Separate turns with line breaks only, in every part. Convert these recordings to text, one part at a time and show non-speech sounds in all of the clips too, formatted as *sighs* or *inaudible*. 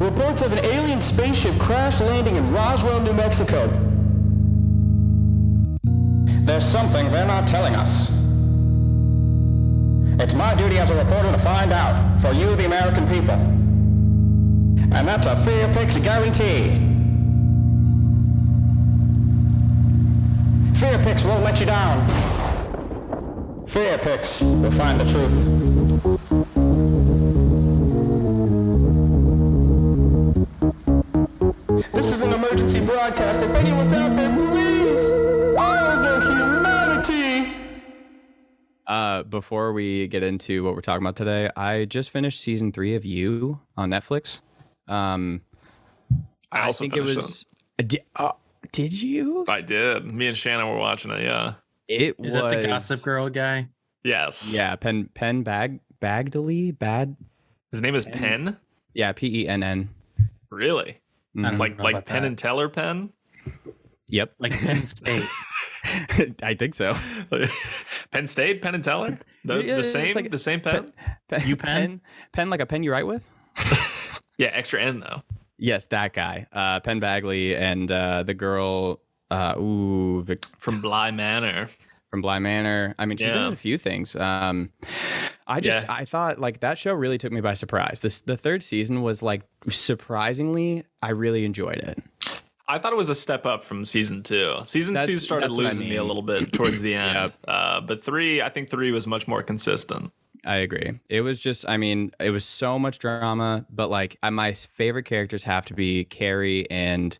evidence of an alien spaceship crash landing in Roswell, New Mexico.
There's something they're not telling us. It's my duty as a reporter to find out for you, the American people. And that's a fair picks guarantee. Fear Picks won't let you down. Fear Picks will find the truth.
This is an emergency broadcast. If anyone's out there, please! Oh, the humanity!
Uh, before we get into what we're talking about today, I just finished season three of You on Netflix. Um,
I also finished it.
Did, uh, did you?
I did. Me and Shannon were watching it. Yeah.
It was
Is that the Gossip Girl guy?
Yes.
Yeah, Pen Pen Bag Bagdally Bad.
His name is Penn.
Yeah, P E N N.
Really?
Mhm.
Like
know
like
about
Penn
that.
and
*laughs*
Teller Penn.
Yep, *laughs*
Like Penn State.
I think so.
Penn State, Penn and Teller, the,
Yeah,
the
it's
same,
like-
the same pen.
Pen,
You pen?
pen pen like a pen you write with.
Yeah, extra N though.
Yes, that guy. Uh, Penn Bagley and uh, the girl. Uh, ooh, Vic-
From Bly Manor.
from Bly Manor. I mean, she's
Yeah.
done a few things. Um, I just
Yeah.
I thought like that show really took me by surprise. This the third season was like surprisingly, I really enjoyed it.
I thought it was a step up from season two. Season two
That's-
started
that's what I
losing me a
mean.
little bit towards
*coughs*
the end. uh, but three, I think three was much more consistent.
I agree. It was just, I mean, it was so much drama, but like I- my favorite characters have to be Carrie
*laughs*
and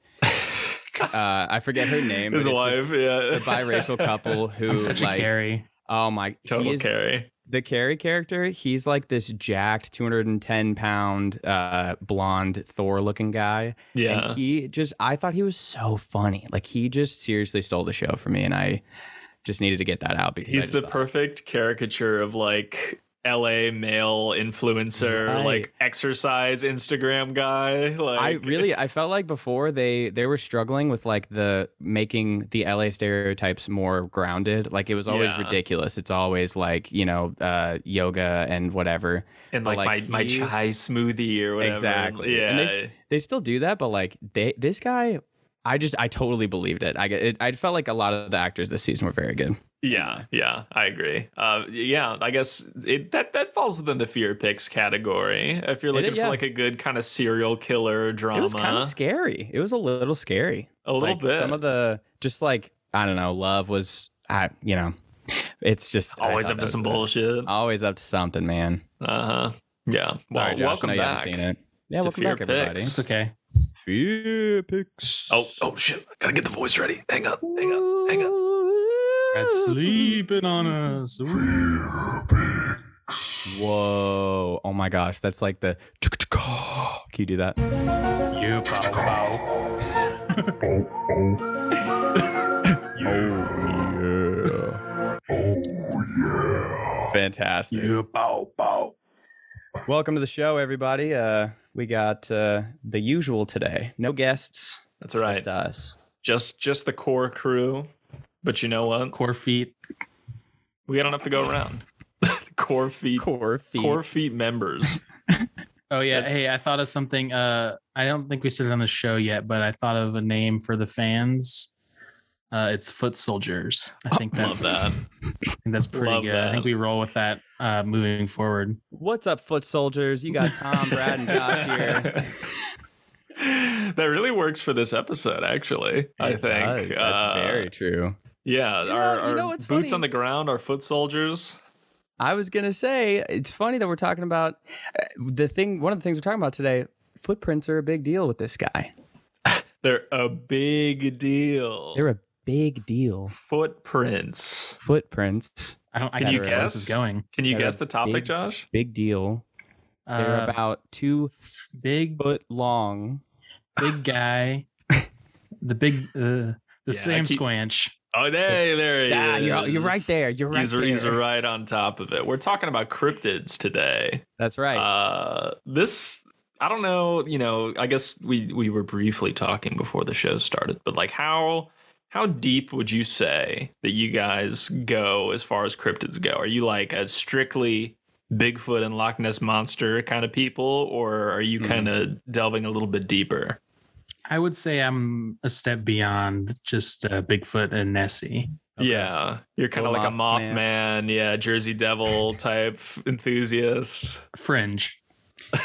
uh, I forget her name.
His
but it's
wife,
this-
yeah.
the biracial couple who
I'm such
like,
a carry.
Oh my,
*laughs* Total
he is
carry.
the Carrie character, he's like this jacked 210 pound uh blonde Thor looking guy.
Yeah.
And he just I thought he was so funny. Like he just seriously stole the show from me and I just needed to get that out because I
He's
just
the
thought-
perfect caricature of like LA male influencer,
Right.
like exercise Instagram guy. Like
I
*laughs*
really I felt like before they they were struggling with like the making the LA stereotypes more grounded. Like it was always
Yeah.
ridiculous. It's always like, you know, uh yoga and whatever.
and
but,
like,
like,
my, my
he-
chai smoothie or whatever.
Exactly.
Yeah.
And they still do that, but like they this guy, I just I totally believed it. I get- it, I felt like a lot of the actors this season were very good.
Yeah, yeah, I agree. Uh, yeah, I guess it, that that falls within the fear picks category. If you're
It-
looking
yeah.
for like a good kind of serial killer drama,
It was kind of scary. It was a little scary.
a little
Like,
bit.
Some of the just like I don't know. Love was I you know, it's just I
always
thought
up
that
to some
was a-
bullshit. Uh
Always up to something, man.
huh. Yeah.
Sorry,
well,
Josh,
welcome
I know
back.
You haven't seen it. Yeah,
to
welcome
Fear
back, everybody.
Picks.
It's okay.
Fear picks.
Oh, oh shit! Gotta get the voice ready. Hang on, hang on, hang on.
That's sleeping on us.
whoa! Oh my gosh, that's like the. Can you do that?
You bow bow.
Oh,
Fantastic.
bow bow.
Welcome to the show, everybody. Uh, we got uh, the usual today. No guests,
That's right.
just us.
Just just the core crew. But you know what?
Core feet.
We don't have to go
*laughs*
around. core feet,
Core feet.
core feet
*laughs*
members.
Oh yeah.
That's-
Hey, I thought of something. Uh, I don't think we said it on the show yet, but I thought of a name for the fans. Uh, it's foot soldiers. I think
Love
that's
that.
I think that's pretty
Love
good. I
that.
think we roll with that uh, moving forward.
What's up, foot soldiers? You got Tom, *laughs* Brad, and
*laughs*
Josh here.
that really works for this episode, actually. I
It
think
does. That's
Uh,
very true.
yeah.
You know-
our
you
our
know what's
boots
funny?
on the ground, our foot soldiers.
I was gonna say it's funny that we're talking about uh, the thing. One of the things we're talking about today. Footprints are a big deal with this guy.
They're a big deal.
They're a big deal.
Footprints.
Footprints,
I don't. I
Can
gotta
you
where this is
guess?
going.
Can you
They're
guess
a
the topic,
big-
Josh?
big deal. They're
Uh,
about two
big
foot long.
big guy, the big uh, the
I
same
keep-
squanch.
Oh, there, there he
Yeah,
is.
you're, you're right there. You're right
he's,
there.
he's right on top of it. We're talking about cryptids today.
That's right.
Uh, this I don't know. You know, I guess we we were briefly talking before the show started, but like how how deep would you say that you guys go as far as cryptids go? Are you like a strictly Bigfoot and Loch Ness monster kind of people, or are you
Hmm.
kind of delving a little bit deeper?
I would say I'm a step beyond just uh, Bigfoot and Nessie.
Yeah, you're kind of
Little
like a
Mothman.
Mothman, yeah, Jersey Devil type *laughs* enthusiast.
Fringe.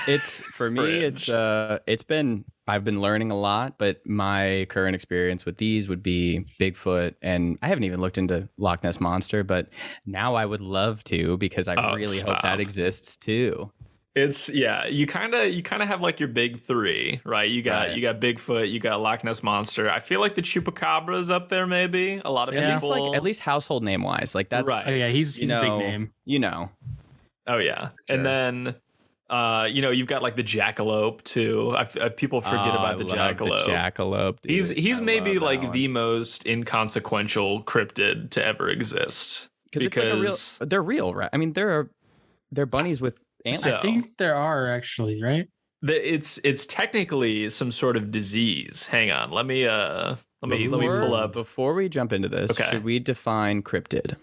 It's for me. It's
Fringe.
uh, it's been I've been learning a lot, but my current experience with these would be Bigfoot, and I haven't even looked into Loch Ness monster, but now I would love to because I
Oh,
really hope
stop.
that exists too.
It's yeah, you kind of you kind of have like your big three, right? You got
Right.
you got Bigfoot, you got Loch Ness monster. I feel like the Chupacabra's up there, maybe a lot of
At least
people.
like at least household name wise, like that's
Right.
Oh yeah, he's
You
he's a
know,
big name.
you know.
Oh
Sure.
yeah, and then uh, you know you've got like the jackalope too. I, I, people forget
Oh, I
about the
love
jackalope.
The jackalope. dude.
he's he's
I
maybe
love that
like
one.
the most inconsequential cryptid to ever exist.
because it's like a real,
because-
they're real, right? I mean, there are they're bunnies with antlers.
So-
I think there are actually right.
The, it's it's technically some sort of disease. Hang on, let me uh let me let me
Before-
pull up.
before we jump into this.
Okay.
Should we define cryptid?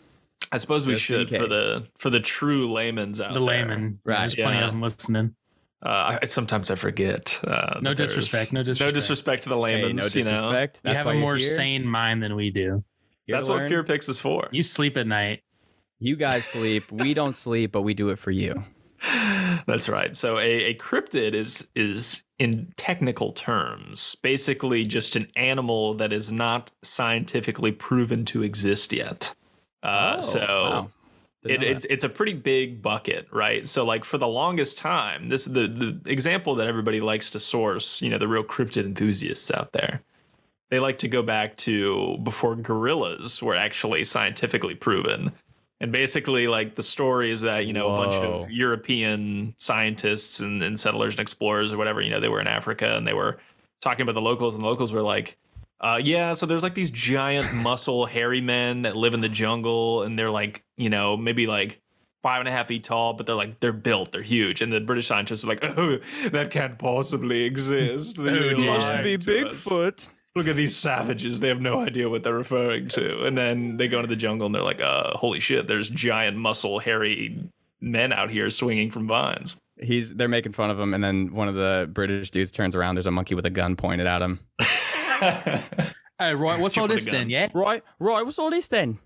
I suppose we
Just in
should for the for the true layman's out
the
there.
layman.
Right,
There's plenty
yeah.
of them listening.
Uh, I, sometimes I forget. Uh,
No
that there's-
disrespect, Oh, no
No
disrespect.
disrespect to the
Hey,
layman's.
no
you know?
disrespect.
you have
why
a
you're
more
here.
sane mind than we do.
Here to
That's what
learn.
Fear Picks is for.
You sleep at night.
You guys sleep. We don't sleep, but we do it for you.
*sighs* That's right. So a, a cryptid is is in technical terms basically just an animal that is not scientifically proven to exist yet. Uh,
Oh,
so
wow. Didn't
it,
know
it's it's a pretty big bucket, right? So like for the longest time, this the the example that everybody likes to source. You know, the real cryptid enthusiasts out there. They like to go back to before gorillas were actually scientifically proven. And basically, like the story is that, you know, a bunch
Whoa.
of European scientists and, and settlers and explorers or whatever, you know, they were in Africa and they were talking about the locals, and the locals were like, uh, yeah, so there's like these giant muscle hairy men that live in the jungle and they're like, you know, maybe like five and a half feet tall, but they're like they're built, they're huge. And the British scientists are like, oh, that can't possibly exist.
*laughs*
You
that.
dear.
lied
Must
be
to us.
Bigfoot.
Look at these savages. They have no idea what they're referring to. And then they go into the jungle and they're like, uh, holy shit, there's giant muscle hairy men out here swinging from vines. *laughs*
He's they're making fun of him, and then one of the British dudes turns around. There's a monkey with a gun pointed at him.
Hey, Roy, what's
Shoot
all
with a
this
gun.
then? Yeah.
Right, right. What's all this then?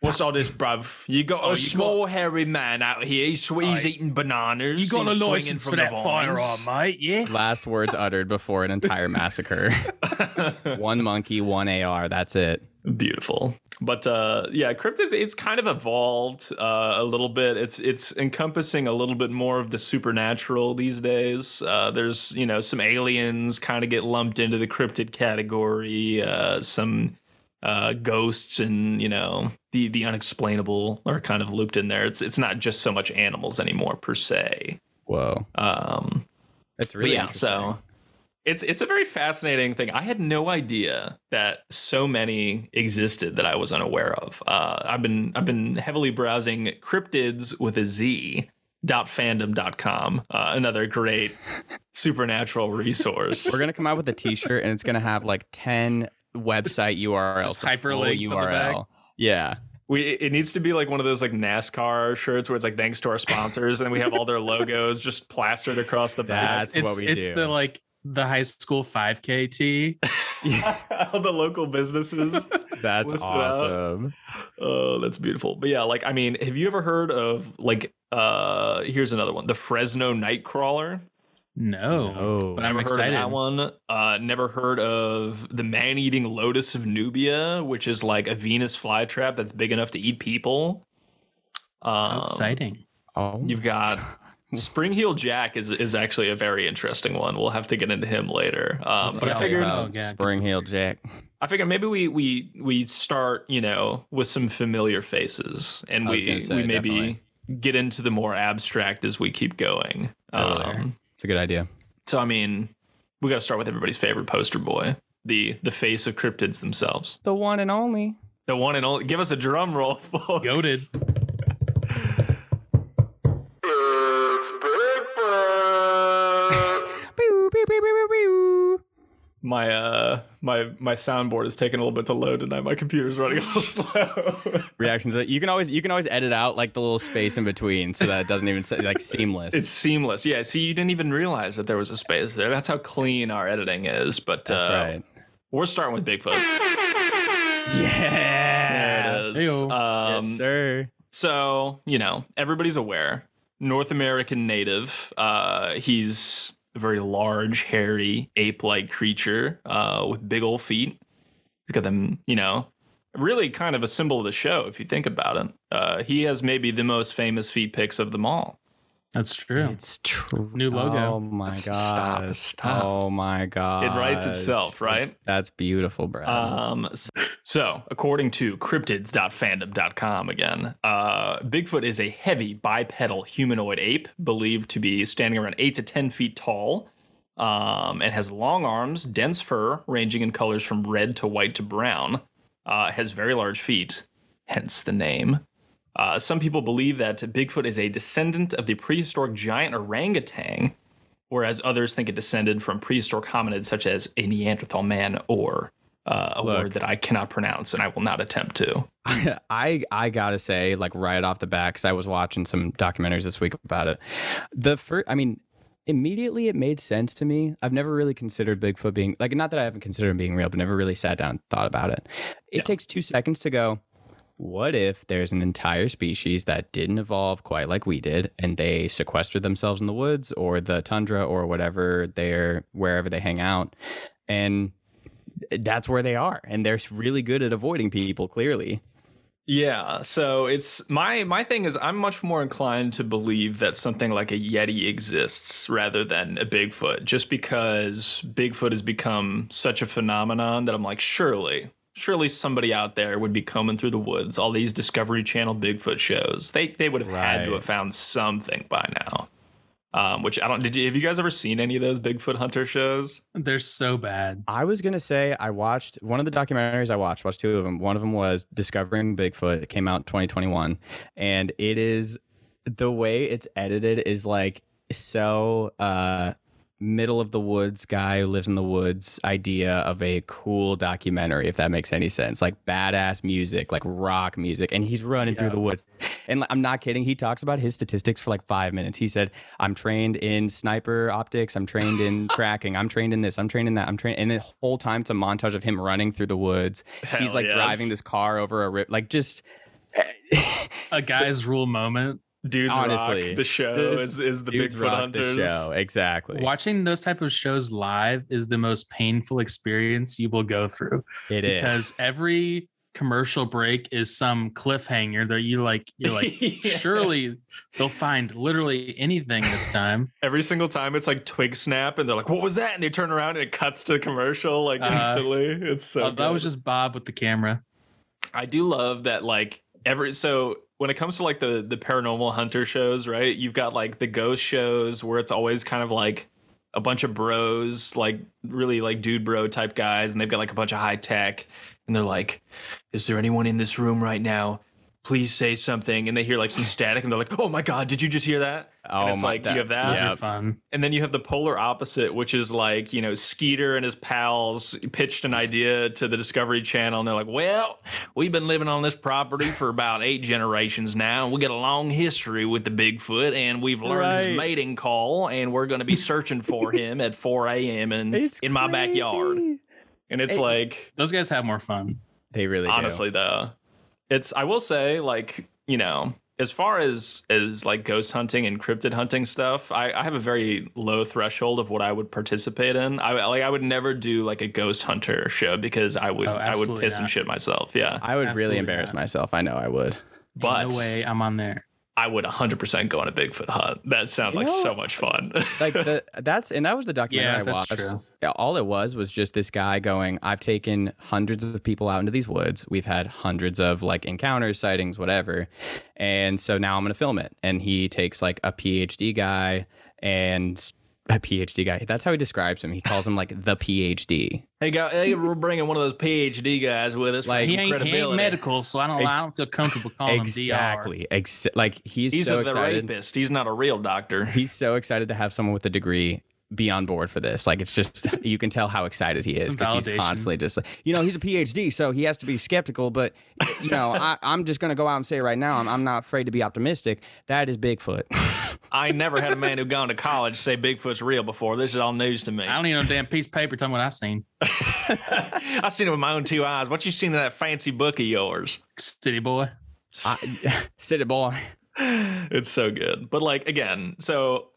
What's all this, bruv? You
Oh,
got a small hairy man out here. He's, sw- he's eating bananas.
You got a
He's swinging
license for
from the
that firearm,
vines.
mate? Yeah.
Last words uttered before an
*laughs*
entire massacre. one monkey, one AR. That's it.
Beautiful. But uh, yeah, cryptids it's kind of evolved uh, a little bit. It's it's encompassing a little bit more of the supernatural these days. Uh, there's you know some aliens kind of get lumped into the cryptid category. Uh, some uh, ghosts and you know the the unexplainable are kind of looped in there. It's it's not just so much animals anymore per se.
Whoa,
Um,
that's really
but yeah, so *laughs*
interesting.
it's it's a very fascinating thing. I had no idea that so many existed that I was unaware of. Uh, I've been I've been heavily browsing cryptids with a Z dot fandom.com uh, another great supernatural resource
We're gonna come out with a T-shirt, and it's gonna have like ten website URLs,
Just
the full
hyperlinks on the
URL. Yeah,
we it needs to be like one of those like nascar shirts where it's like thanks to our sponsors and we have all their logos just plastered across the back *laughs*
That's what we
it's
do.
the like the high school 5K *laughs* tee.
all the local businesses
that's
Listed out.
awesome.
Oh, that's beautiful. But yeah, like I mean, have you ever heard of like uh here's another one, the Fresno Nightcrawler? Oh.
No,
No.
but I'm
Never
excited.
Heard of that one. Uh never heard of the man-eating lotus of Nubia, which is like a Venus flytrap that's big enough to eat people. Um,
How exciting.
Oh,
You've
*laughs*
got Spring Heel Jack is is actually a very interesting one. We'll have to get into him later. Um,
Let's
but I
see.
figured
Oh, yeah,
Spring Heel Jack.
I figured maybe we we we start you know with some familiar faces, and
I was
we
gonna say,
we maybe
definitely.
get into the more abstract as we keep going. Um,
That's fair.
It's a good idea.
so I mean, we got to start with everybody's favorite poster boy, the the face of cryptids themselves,
The one and only.
the one and only. Give us a drum roll, *laughs* folks.
Goated.
It's Bigfoot.
My uh my my soundboard is taking a little bit to load tonight. My computer's running
*laughs*
a little slow.
Reactions. You can always you can always edit out like the little space in between so that it doesn't even se- like seamless.
it's seamless. Yeah. See, you didn't even realize that there was a space there. That's how clean our editing is. But
That's
uh,
right.
we're starting with Bigfoot.
Yeah. Ah,
There it is.
Heyo.
Um,
yes, sir.
So, you know, everybody's aware. North American native. Uh, he's a very large, hairy, ape like creature uh, with big old feet. He's got them, you know, really kind of a symbol of the show if you think about it. Uh, he has maybe the most famous feet pics of them all.
That's true.
It's true.
New logo.
Oh my god.
It's- stop, stop.
Oh my god.
writes itself, right?
That's, that's beautiful, Brad.
Uh,
Um, s- so, according to cryptids.fandom.com again, uh, Bigfoot is a heavy bipedal humanoid ape believed to be standing around 8 to 10 feet tall um, and has long arms, dense fur ranging in colors from red to white to brown, uh, has very large feet, hence the name. Uh, some people believe that Bigfoot is a descendant of the prehistoric giant orangutan, whereas others think it descended from prehistoric hominids such as a Neanderthal man or uh, a
Look.
word that I cannot pronounce and I will not attempt to.
*laughs* I I gotta say, like right off the bat, because I was watching some documentaries this week about it. The first, I mean, immediately it made sense to me. I've never really considered Bigfoot being like, not that I haven't considered him being real, but never really sat down and thought about it. It takes two seconds to go. What if there's an entire species that didn't evolve quite like we did, and they sequestered themselves in the woods or the tundra or whatever they're wherever they hang out, and eh, that's where they are, and they're really good at avoiding people. Clearly,
Yeah, so it's my my thing is I'm much more inclined to believe that something like a yeti exists rather than a Bigfoot just because Bigfoot has become such a phenomenon that I'm like surely surely somebody out there would be combing through the woods all these discovery channel Bigfoot shows. They they would have had to
Right.
have found something by now. Um, which I don't did you have you guys ever seen any of those Bigfoot hunter shows?
They're so bad.
I was gonna say I watched one of the documentaries I watched. Watched two of them. One of them was Discovering Bigfoot. It came out in 2021, and it is the way it's edited is like so uh, middle of the woods guy who lives in the woods idea of a cool documentary. If that makes any sense, like badass music, like rock music, and he's running through the woods. And like, I'm not kidding. He talks about his statistics for like five minutes. He said, "I'm trained in sniper optics. I'm trained
*laughs*
in tracking. I'm trained in this. I'm trained in that. I'm trained." And the whole time, it's a montage of him running through the woods.
Hell
He's like
yes.
driving this car over a rip. Like just
A guy's rule moment.
Dudes
honestly,
Rock, the show
this
is, is the
dudes
Bigfoot
rock
hunters.
The show exactly.
Watching those type of shows live is the most painful experience you will go through.
It is.
because every commercial break is some cliffhanger that you like you're like
*laughs* Yeah.
surely they'll find literally
*laughs*
anything this time
Every single time it's like twig snap and they're like, what was that? And they turn around and it cuts to the commercial like
Uh,
instantly. It's so
Uh, that was
good.
just bob with the camera
I do love that like every so when it comes to like the the paranormal hunter shows, right? You've got like the ghost shows where it's always kind of like a bunch of bros, like really like dude bro type guys, and they've got like a bunch of high tech, and they're like, "Is there anyone in this room right now? Please say something." And they hear like some static, and they're like, "Oh my god, did you just hear that?"
Oh
and it's
my-
like
that-
you have that,
those are fun
and then you have the polar opposite, which is like, you know, Skeeter and his pals pitched an idea to the Discovery Channel, and they're like, well, we've been living on this property for about eight generations now. and We got a long history with the Bigfoot, and we've learned
Right.
his mating call, and we're going to be searching for him at 4 a.m.
*laughs*
and
It's
in my backyard.
crazy.
And it's
It-
like,
those guys have more fun
They really
honestly though it's i will say like you know as far as as like ghost hunting and cryptid hunting stuff i, I have a very low threshold of what i would participate in i like i would never do like a ghost hunter show because i would
Oh,
i would
absolutely
piss and
not.
shit myself yeah
do. I would
Absolutely
really embarrass
not.
myself. I know I would.
but
no way i'm on there
i would 100% go on a bigfoot hunt that sounds
You
like
know-
so much fun *laughs*
like the, that's and that was the documentary
Yeah,
I
that's
watched.
true.
Yeah, All it was was just this guy going, "I've taken hundreds of people out into these woods. We've had hundreds of like encounters, sightings, whatever, and so now I'm gonna film it." And he takes like a PhD guy and a PhD guy. That's how he describes him. He calls him like the PhD.
hey go hey, we're bringing one of those phd guys with us
Like-
he ain't, he ain't medical so i don't
Ex-
i don't feel comfortable calling him
exactly. Ex- like he's,
he's
so
a, the
excited.
rapist he's not a real doctor
He's so excited to have someone with a degree be on board for this. Like it's just *laughs* you can tell how excited he is
Some
because he's
validation.
constantly just like you know he's a PhD, so he has to be skeptical. But you know I, I'm just gonna go out and say right now I'm, I'm not afraid to be optimistic. That is Bigfoot.
I never had a man who gone to college say Bigfoot's real before. This is all news to me.
I don't need no damn piece of paper telling what I seen.
I seen it with my own two eyes. What you seen in that fancy book of yours?
City boy.
I, *laughs* City boy.
It's so good. But like again, so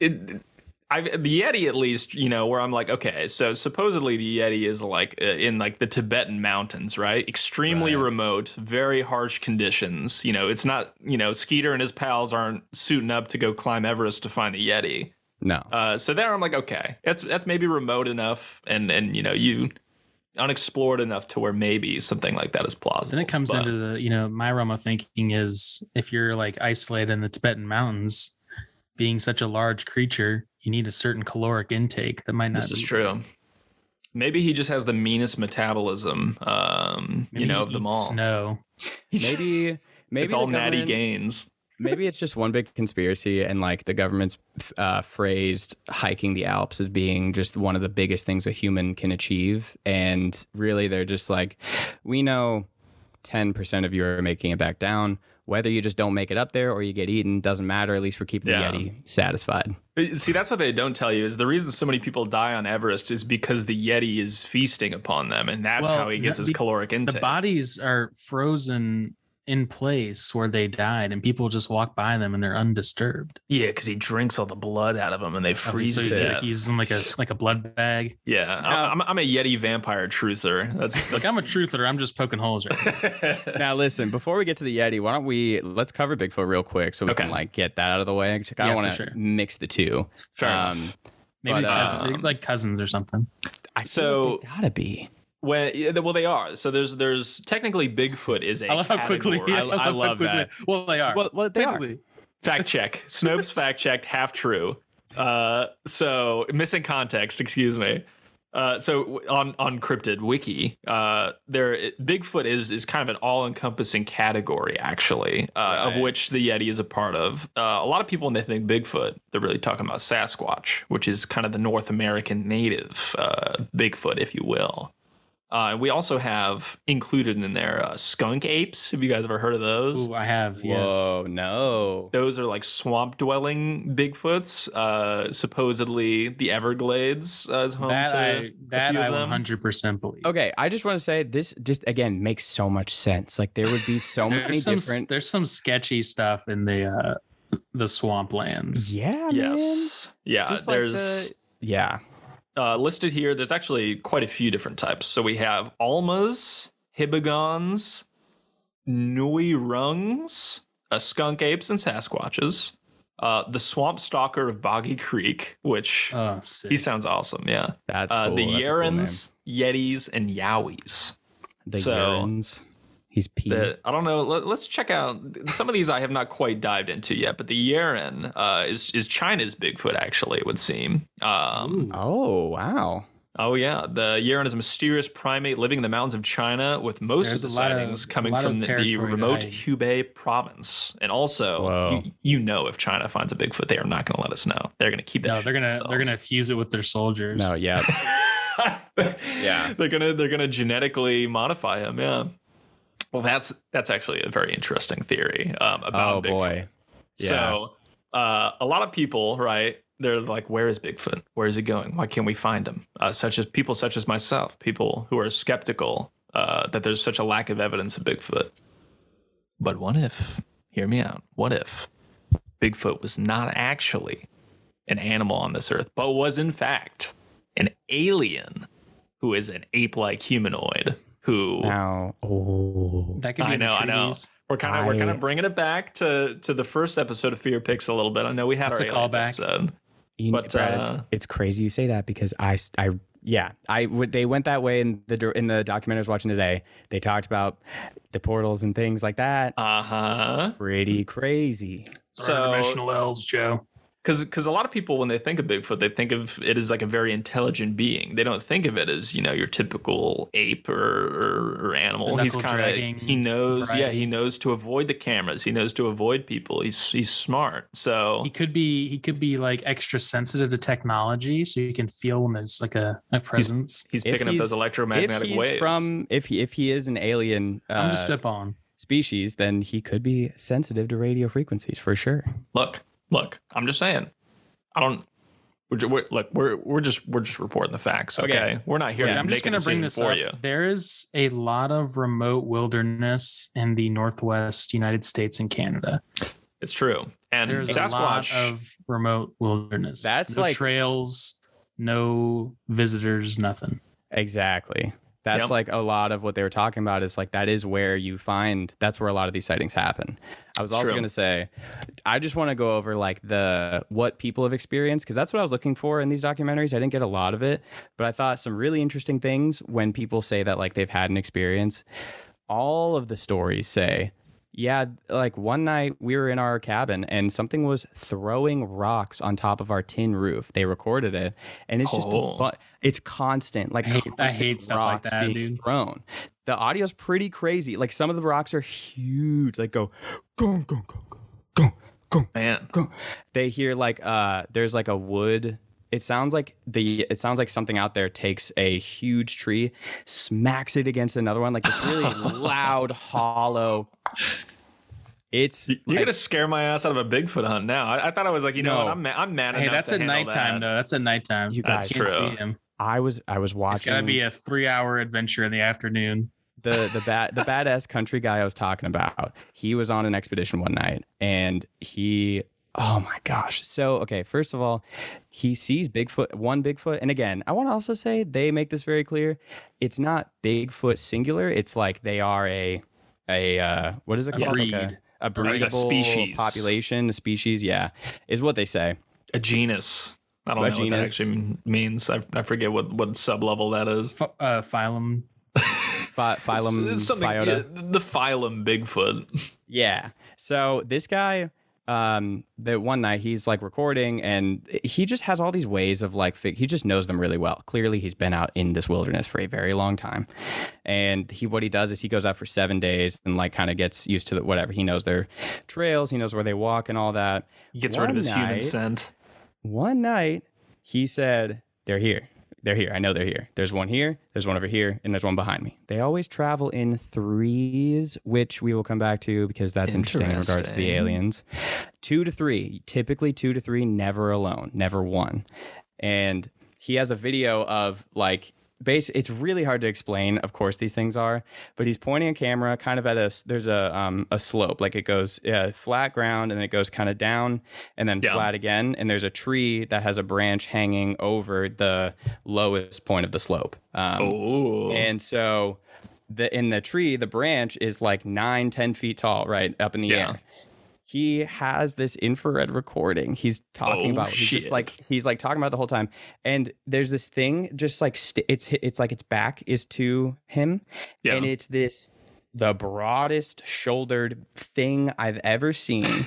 it I the Yeti at least, you know, where I'm like, okay, so supposedly the Yeti is like uh, in like the Tibetan mountains, right? Extremely remote, very harsh conditions. You know, it's not, you know, Skeeter and his pals aren't suiting up to go climb Everest to find the Yeti.
No.
Uh, so there, I'm like, okay, that's that's maybe remote enough, and and you know, you unexplored enough to where maybe something like that is plausible.
Then it comes
But-
into the, you know, my realm of thinking is if you're like isolated in the Tibetan mountains, being such a large creature, you need a certain caloric intake that might not.
This is
be-
true. Maybe he just has the meanest metabolism, um,
maybe
you know,
he
of them
eats
all.
Snow.
Maybe maybe
*laughs* it's all
the
natty
government-
gains.
Maybe it's just one big conspiracy, and like the government's uh, phrased hiking the Alps as being just one of the biggest things a human can achieve. And really, they're just like, we know 10% of you are making it back down. Whether you just don't make it up there or you get eaten doesn't matter. At least we're keeping
Yeah.
the Yeti satisfied.
Uh, See, that's what they don't tell you is the reason so many people die on Everest is because the Yeti is feasting upon them, and that's
Well,
how he gets
the-
his caloric
The
intake.
bodies are frozen in place where they died, and people just walk by them and they're undisturbed.
yeah, because he drinks all the blood out of them, and they freeze
so
to
you-
death.
He's using like a like a blood bag.
Yeah, I- I'm, I'm a Yeti vampire truther. That's,
Like
that's
I'm a truther. I'm just poking
*laughs*
holes *laughs* right now.
now, listen, before we get to the Yeti, why don't we let's cover Bigfoot real quick so we
Okay.
can like get that out of the way? I don't
Yeah, for
want to
sure.
mix the two. Um,
Fair enough.
Maybe
But,
cousin-
um,
like cousins or something.
I feel
So-
like they gotta be.
When yeah, well, they are. So there's there's technically Bigfoot is a
*laughs* I love how quickly.
category.
I
how
love that.
Well, they are.
Well, well, they are.
Technically.
fact check. Snopes fact checked, half true. Uh, so missing context. Excuse me. Uh, so w- on on cryptid wiki, uh, there it- Bigfoot is is kind of an all encompassing category actually, uh, of which the Yeti is a part of. Uh, a lot of people when they think Bigfoot, they're really talking about Sasquatch, which is kind of the North American native uh, Bigfoot, if you will. Uh, and we also have included in there uh, skunk apes. Have you guys ever heard of those?
Ooh, I have. Yes.
Whoa, no.
Those are like swamp dwelling Bigfoots. Uh, supposedly, the Everglades uh, is home
that
to
I that
few of
I
them.
100% believe.
Okay, I just want to say this just again makes so much sense. Like there would
*laughs*
be so many
There's some,
different
there's some sketchy stuff in the uh the swamplands.
Yeah, man.
yes, yeah.
Just like
there's
the- Yeah.
uh, listed here. There's actually quite a few different types. So we have almas, hibigons, nui rungs, uh, skunk apes, and sasquatches. Uh, the swamp stalker of Boggy Creek, which
Oh, sick.
he sounds awesome. Yeah.
That's
Uh,
cool.
the
That's a cool name.
Yarens, Yetis, and Yowies.
The
so-
Yarens. He's P.
Mm-hmm.
that I don't know. Let, us check out some of these. I have not quite dived into yet, but the Yeren uh, is is China's Bigfoot. Actually, it would seem. Um,
oh, wow.
oh yeah, the Yeren is a mysterious primate living in the mountains of China, with most
There's
of the
a lot of-
sightings
a
coming
lot
from
of
the, the
territory to
remote
hide.
Hubei province. And also,
Whoa.
you, you know, if China finds a Bigfoot, they are not going to let us know. They're going to keep that.
no,
shit
they're gonna they're
themselves.
gonna fuse it with their soldiers.
No,
*laughs*
yeah.
*laughs*
yeah *laughs* they're gonna they're gonna genetically modify him yeah well that's that's actually a very interesting theory um, about
oh
bigfoot
boy. Yeah.
so uh, a lot of people right they're like where is bigfoot where is he going why can't we find him uh, such as people such as myself people who are skeptical uh, that there's such a lack of evidence of bigfoot but what if hear me out what if bigfoot was not actually an animal on this earth, but was in fact an alien who is an ape like humanoid who
now oh
that could be
I
in
know,
the
I know.
treaties.
We're kind of we're kind
I-
of bringing it back to to the first episode of Fear Picks a little bit. I know we had
That's
our
a
aliens
callback.
episode.
You-
But,
Brad, it's-
uh,
it's, crazy you say that because I, s- I- yeah, I would. They went that way in the dir- in the documentary I was watching today. They talked about the portals and things like that.
Uh huh.
Pretty crazy.
They're
So
interdimensional elves, Joe.
because because a lot of people when they think of Bigfoot, they think of it as like a very intelligent being. They don't think of it as you know your typical ape or or, or animal.
The
He's
knuckle
kind
dragging
of he knows, yeah,
variety.
he knows to avoid the cameras. He knows to avoid people. He's he's smart. So
He could be he could be like extra sensitive to technology, so you can feel when there's like a, a presence.
he's
If
picking up
he's-
those electromagnetic
if he's
waves.
From if he if he is an alien
I'm
uh,
just spitballing.
species, then he could be sensitive to radio frequencies for sure.
look, look, I'm just saying. I don't. We're, ju- we're, look, we're we're just we're just reporting the facts. Okay,
Okay.
we're not here.
Yeah,
to
I'm
make
just
a
going to bring
decision for
this up.
you.
There is a lot of remote wilderness in the Northwest United States and Canada.
It's true. And
There's
Sasquatch.
a lot of remote wilderness.
That's
no
like-
trails, no visitors, nothing.
Exactly. That's
Yep.
like a lot of what they were talking about is like that is where you find that's where a lot of these sightings happen. I was
It's
also
true.
going to say I just want to go over like the what people have experienced cuz that's what I was looking for in these documentaries. I didn't get a lot of it, but I thought some really interesting things when people say that like they've had an experience. All of the stories say yeah, like one night we were in our cabin and something was throwing rocks on top of our tin roof. They recorded it, and it's just a
Oh.
bu- it's constant. Like
I hate- *laughs* I
constant
hate stuff like
rocks
that,
being
dude.
thrown. The audio's pretty crazy. Like some of the rocks are huge. Like go, go, go, go, go, go, go,
man.
go. They hear like uh, there's like a wood. It sounds like the it sounds like something out there takes a huge tree, smacks it against another one, like this
*laughs*
really loud, hollow. It's
You're gonna scare my ass out of a Bigfoot hunt now. I, I thought I was like, you know
No.
what? I'm ma- I'm mad.
hey,
enough
that's
to
at
handle
nighttime
that.
though. That's at nighttime.
You
That's
Can't see
true.
him.
I was I was watching.
It's got to be a three-hour adventure in the afternoon.
the the bad the badass country guy I was talking about. He was on an expedition one night and he oh my gosh. So okay, first of all, he sees Bigfoot, one Bigfoot, and again, I want to also say they make this very clear. It's not Bigfoot singular. It's like they are a a uh, what is it
A
called? Like
breed.
a, a breedable
species.
population, a species. Yeah, is what they say.
A genus. I don't
A
know what that
genus.
actually means. I, I forget what what sublevel that is.
F- uh, phylum.
Phy- phylum,
It's- it's something.
Phyota.
yeah, the phylum Bigfoot.
Yeah. So this guy, um, that one night he's like recording and he just has all these ways of like, fig- he just knows them really well. Clearly, he's been out in this wilderness for a very long time. And he, what he does is he goes out for seven days and like kind of gets used to the, whatever. He knows their trails, he knows where they walk and all that.
Gets rid of
One
his human
night-
scent.
One night he said, They're here. They're here. I know they're here. There's one here, there's one over here, and there's one behind me. They always travel in threes, which we will come back to because that's interesting, in regards to the
Interesting.
aliens. Two to three, typically two to three, never alone, never one. And he has a video of like, base it's really hard to explain of course these things are but he's pointing a camera kind of at a there's a um a slope like it goes yeah, flat ground and then it goes kind of down and then
Yeah.
flat again and there's a tree that has a branch hanging over the lowest point of the slope um,
Oh,
and so the in the tree the branch is like nine ten feet tall right up in the
Yeah.
air he has this infrared recording he's talking
Oh,
about he's just
shit.
like he's like talking about it the whole time and there's this thing just like st- it's it's like its back is to him
Yeah.
and it's this the broadest shouldered thing i've ever
*laughs*
seen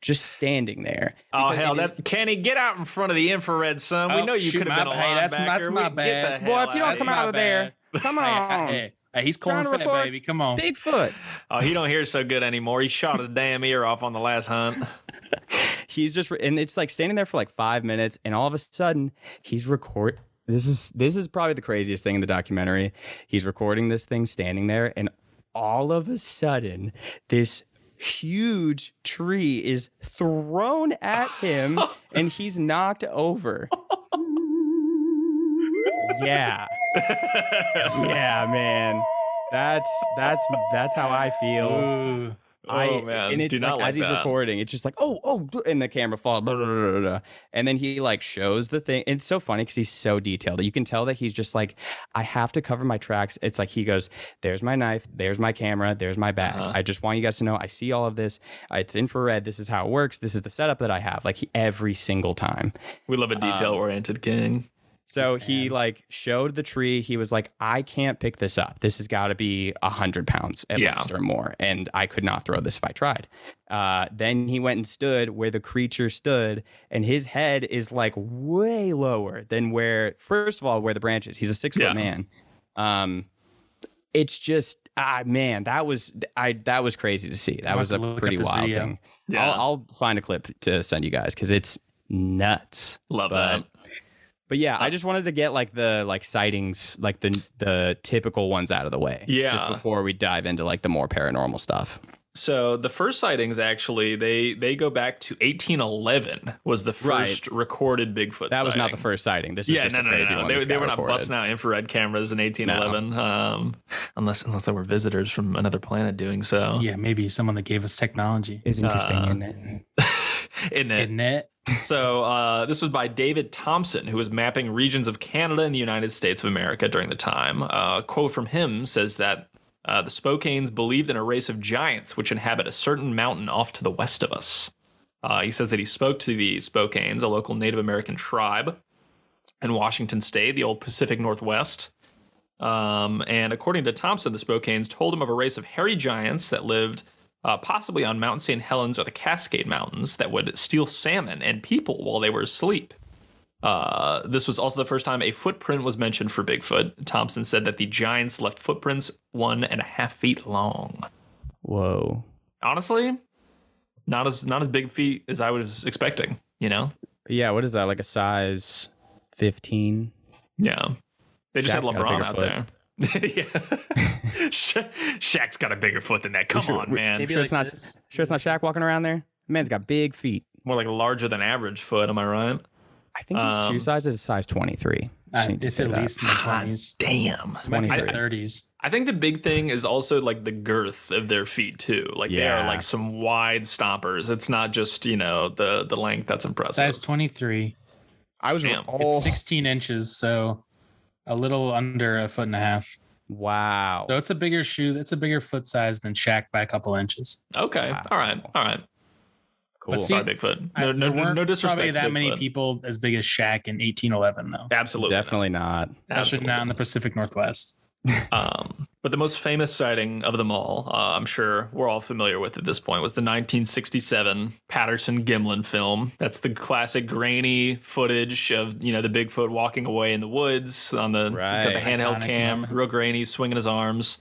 just standing there
oh
Because
hell!
it is-
That Kenny, get out in front of the infrared sun. we
Oh,
know you
shoot,
could
my
have been a
bad. Hey,
linebacker.
that's- that's my
We- get
bad.
the
boy
hell
if you don't
outta
come
here.
out
my
of there come on
Hey, hey, he's
Trying to
calling fat,
record-
baby. Come on.
bigfoot
Oh, he don't hear so good anymore. He shot his damn ear off on the last hunt.
*laughs*
he's just and it's like standing there for like five minutes and all of a sudden he's record this is this is probably the craziest thing in the documentary he's recording this thing standing there and all of a sudden this huge tree is thrown at him and he's knocked over yeah yeah man that's that's that's how i feel
Ooh.
I,
Oh, man.
And it's
Do
like,
not like
as he's
that.
recording, it's just like, oh, oh, and the camera falls, blah, blah, blah, blah, blah. and then he like shows the thing. It's so funny because he's so detailed. You can tell that he's just like, I have to cover my tracks. It's like he goes, there's my knife, there's my camera, there's my bag.
Uh-huh.
I just want you guys to know I see all of this. Uh, It's infrared. This is how it works. This is the setup that I have. Like he, every single time.
We love a detail oriented king.
So
His
he
hand.
like showed the tree. He was like, I can't pick this up. This has got to be a hundred pounds at
Yeah.
least or more. And I could not throw this if I tried. Uh, then he went and stood where the creature stood, and his head is like way lower than where, first of all, where the branch is. He's a six foot
Yeah.
man. Um, it's just ah man, that was I that was crazy to see. That
I'll
was
have
a
to look up
pretty
this
wild
video.
thing.
Yeah.
I'll, I'll find a clip to send you guys because it's nuts.
Love
but-
that.
But yeah, I
Uh,
just wanted to get like the like sightings, like the the typical ones out of the way.
Yeah.
Just before we dive into like the more paranormal stuff.
So the first sightings actually they they go back to 1811 was the
Right.
first recorded Bigfoot.
That was not the
sighting.
first sighting. This was
Yeah,
just
no,
a
no, no,
crazy
no.
one.
They,
this
they
guy
were not
recorded.
busting out infrared cameras in 1811, um, unless unless there were visitors from another planet doing so.
Yeah, maybe someone that gave us technology.
It's
Uh,
interesting, isn't it?
*laughs* In it.
Isn't it?
So uh, this was by David Thompson, who was mapping regions of Canada and the United States of America during the time. Uh, a quote from him says that uh, the Spokanes believed in a race of giants which inhabit a certain mountain off to the west of us. Uh, he says that he spoke to the Spokanes, a local Native American tribe in Washington State, the old Pacific Northwest. Um, and according to Thompson, the Spokanes told him of a race of hairy giants that lived uh, possibly on Mount St. Helens or the Cascade Mountains that would steal salmon and people while they were asleep. Uh, this was also the first time a footprint was mentioned for Bigfoot. Thompson said that the giants left footprints one and a half feet long.
Whoa.
Honestly, not as not as big feet as I was expecting. You know,
Yeah, what is that? Like a size fifteen?
yeah, they just
Shaq's
had
got a
LeBron
bigger
out
foot.
there. *laughs*
*laughs*
yeah, Sha- Shaq's got a bigger foot than that. Come on, man.
sure it's not-
this.
Sure, it's not Shaq walking around there. Man's got big feet.
More like larger than average foot. Am I right?
I think his
Um,
shoe size is a size twenty-three. Just
Uh,
need to
it's
say
at
that.
least in the twenties,
Damn.
twenty-three.
thirties.
I think the big thing is also like the girth of their feet too. Like they are
Yeah.
like some wide stompers. It's not just you know the the length that's impressive.
Size twenty three.
I was
Damn, it's
oh,
It's sixteen inches, so a little under a foot and a half.
wow.
So it's a bigger shoe. That's a bigger foot size than Shaq by a couple inches.
okay,
Wow.
all right, all right.
cool.
see-
Sorry, Bigfoot.
I-
No, no,
there
no,
weren't
no disrespect. to
Probably that many
Bigfoot.
people as big as Shaq in 1811, though.
Absolutely, not.
Definitely not.
Especially
Absolutely.
not in the Pacific Northwest.
Um, but the most famous sighting of them all, uh, I'm sure we're all familiar with at this point, was the 1967 Patterson Gimlin film. That's the classic grainy footage of you know the Bigfoot walking away in the woods on the he's got
Right.
the handheld
Iconic
cam,
moment.
real grainy, swinging his arms.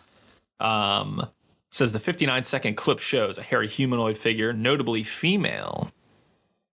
Um, it says the 59 second clip shows a hairy humanoid figure, notably female.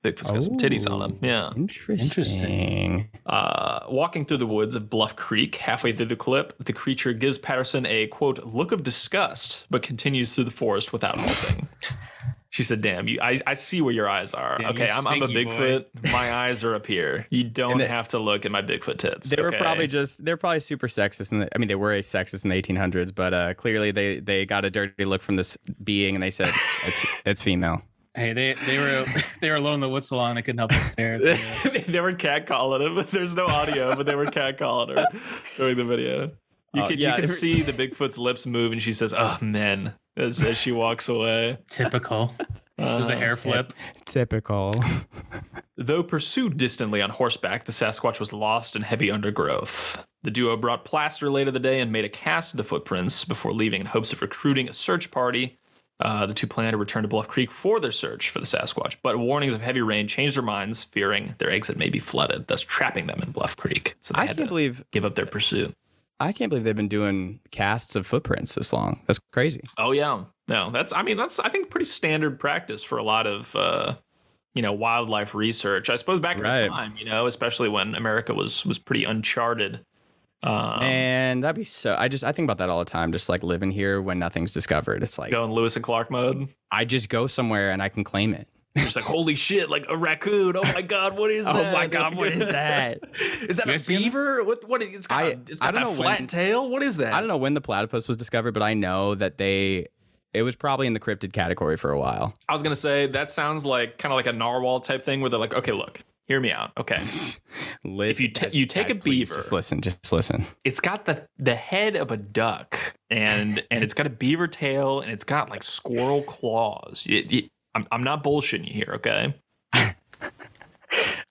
Bigfoot's got some titties on him.
Oh.
Yeah.
Interesting.
Uh, walking through the woods of Bluff Creek, halfway through the clip, the creature gives Patterson a quote look of disgust, but continues through the forest without halting. *laughs* she said, "Damn you! I, I see where your eyes are.
Damn,
okay,
you
I'm, I'm a
stinky boy."
Bigfoot. My eyes are up here. You don't
And the-
have to look at my Bigfoot tits.
They were
okay? *laughs*
probably just they're probably super sexist and I mean they were a sexist in the 1800s but uh clearly they they got a dirty look from this being and they said it's
*laughs*
it's female.
Hey, they they were *laughs* they were alone in the wood salon. I couldn't help but stare. At the,
*laughs* they were catcalling him. There's no audio, but they were catcalling her during the video. You
Oh,
can
yeah,
you can
it-
see the Bigfoot's lips move, and she says, "Oh, men," as, as she walks away.
typical. it
Uh,
was a hair flip.
Typical.
Though pursued distantly on horseback, the Sasquatch was lost in heavy undergrowth. The duo brought plaster later the day and made a cast of the footprints before leaving in hopes of recruiting a search party. Uh, the two planned to return to Bluff Creek for their search for the Sasquatch, but warnings of heavy rain changed their minds, fearing their exit may be flooded, thus trapping them in Bluff Creek. So they
I
had
can't
to
believe
give up their pursuit.
I can't believe they've been doing casts of footprints this long. That's crazy.
Oh yeah, no, that's I mean that's I think pretty standard practice for a lot of uh, you know wildlife research. I suppose back at the
Right.
time, you know, especially when America was was pretty uncharted. Um,
and that'd be so I just I think about that all the time just like living here when nothing's discovered. It's like
go in Lewis and Clark mode.
I just go somewhere and I can claim it.
You're just like holy shit, like a raccoon. Oh my god, what
*laughs*
is
Oh
that?
my God, what is that?
*laughs* is that
You
a
guys seen this?
beaver? What what? It's got,
I-
it's
I
got
don't
that
know
flat
when-
tail. What is that?
I don't know when the platypus was discovered but I know that they it was probably in the cryptid category for a while.
I was gonna say that sounds like kind of like a narwhal type thing where they're like, okay, look, hear me out.
*laughs*
Okay,
Listen,
you ta-
guys-
you take
guys,
a
please,
beaver-
Just listen. Just listen.
it's got the the head of a duck and and it's got a beaver tail and it's got like squirrel claws. It- it- I'm I'm not bullshitting you here, okay?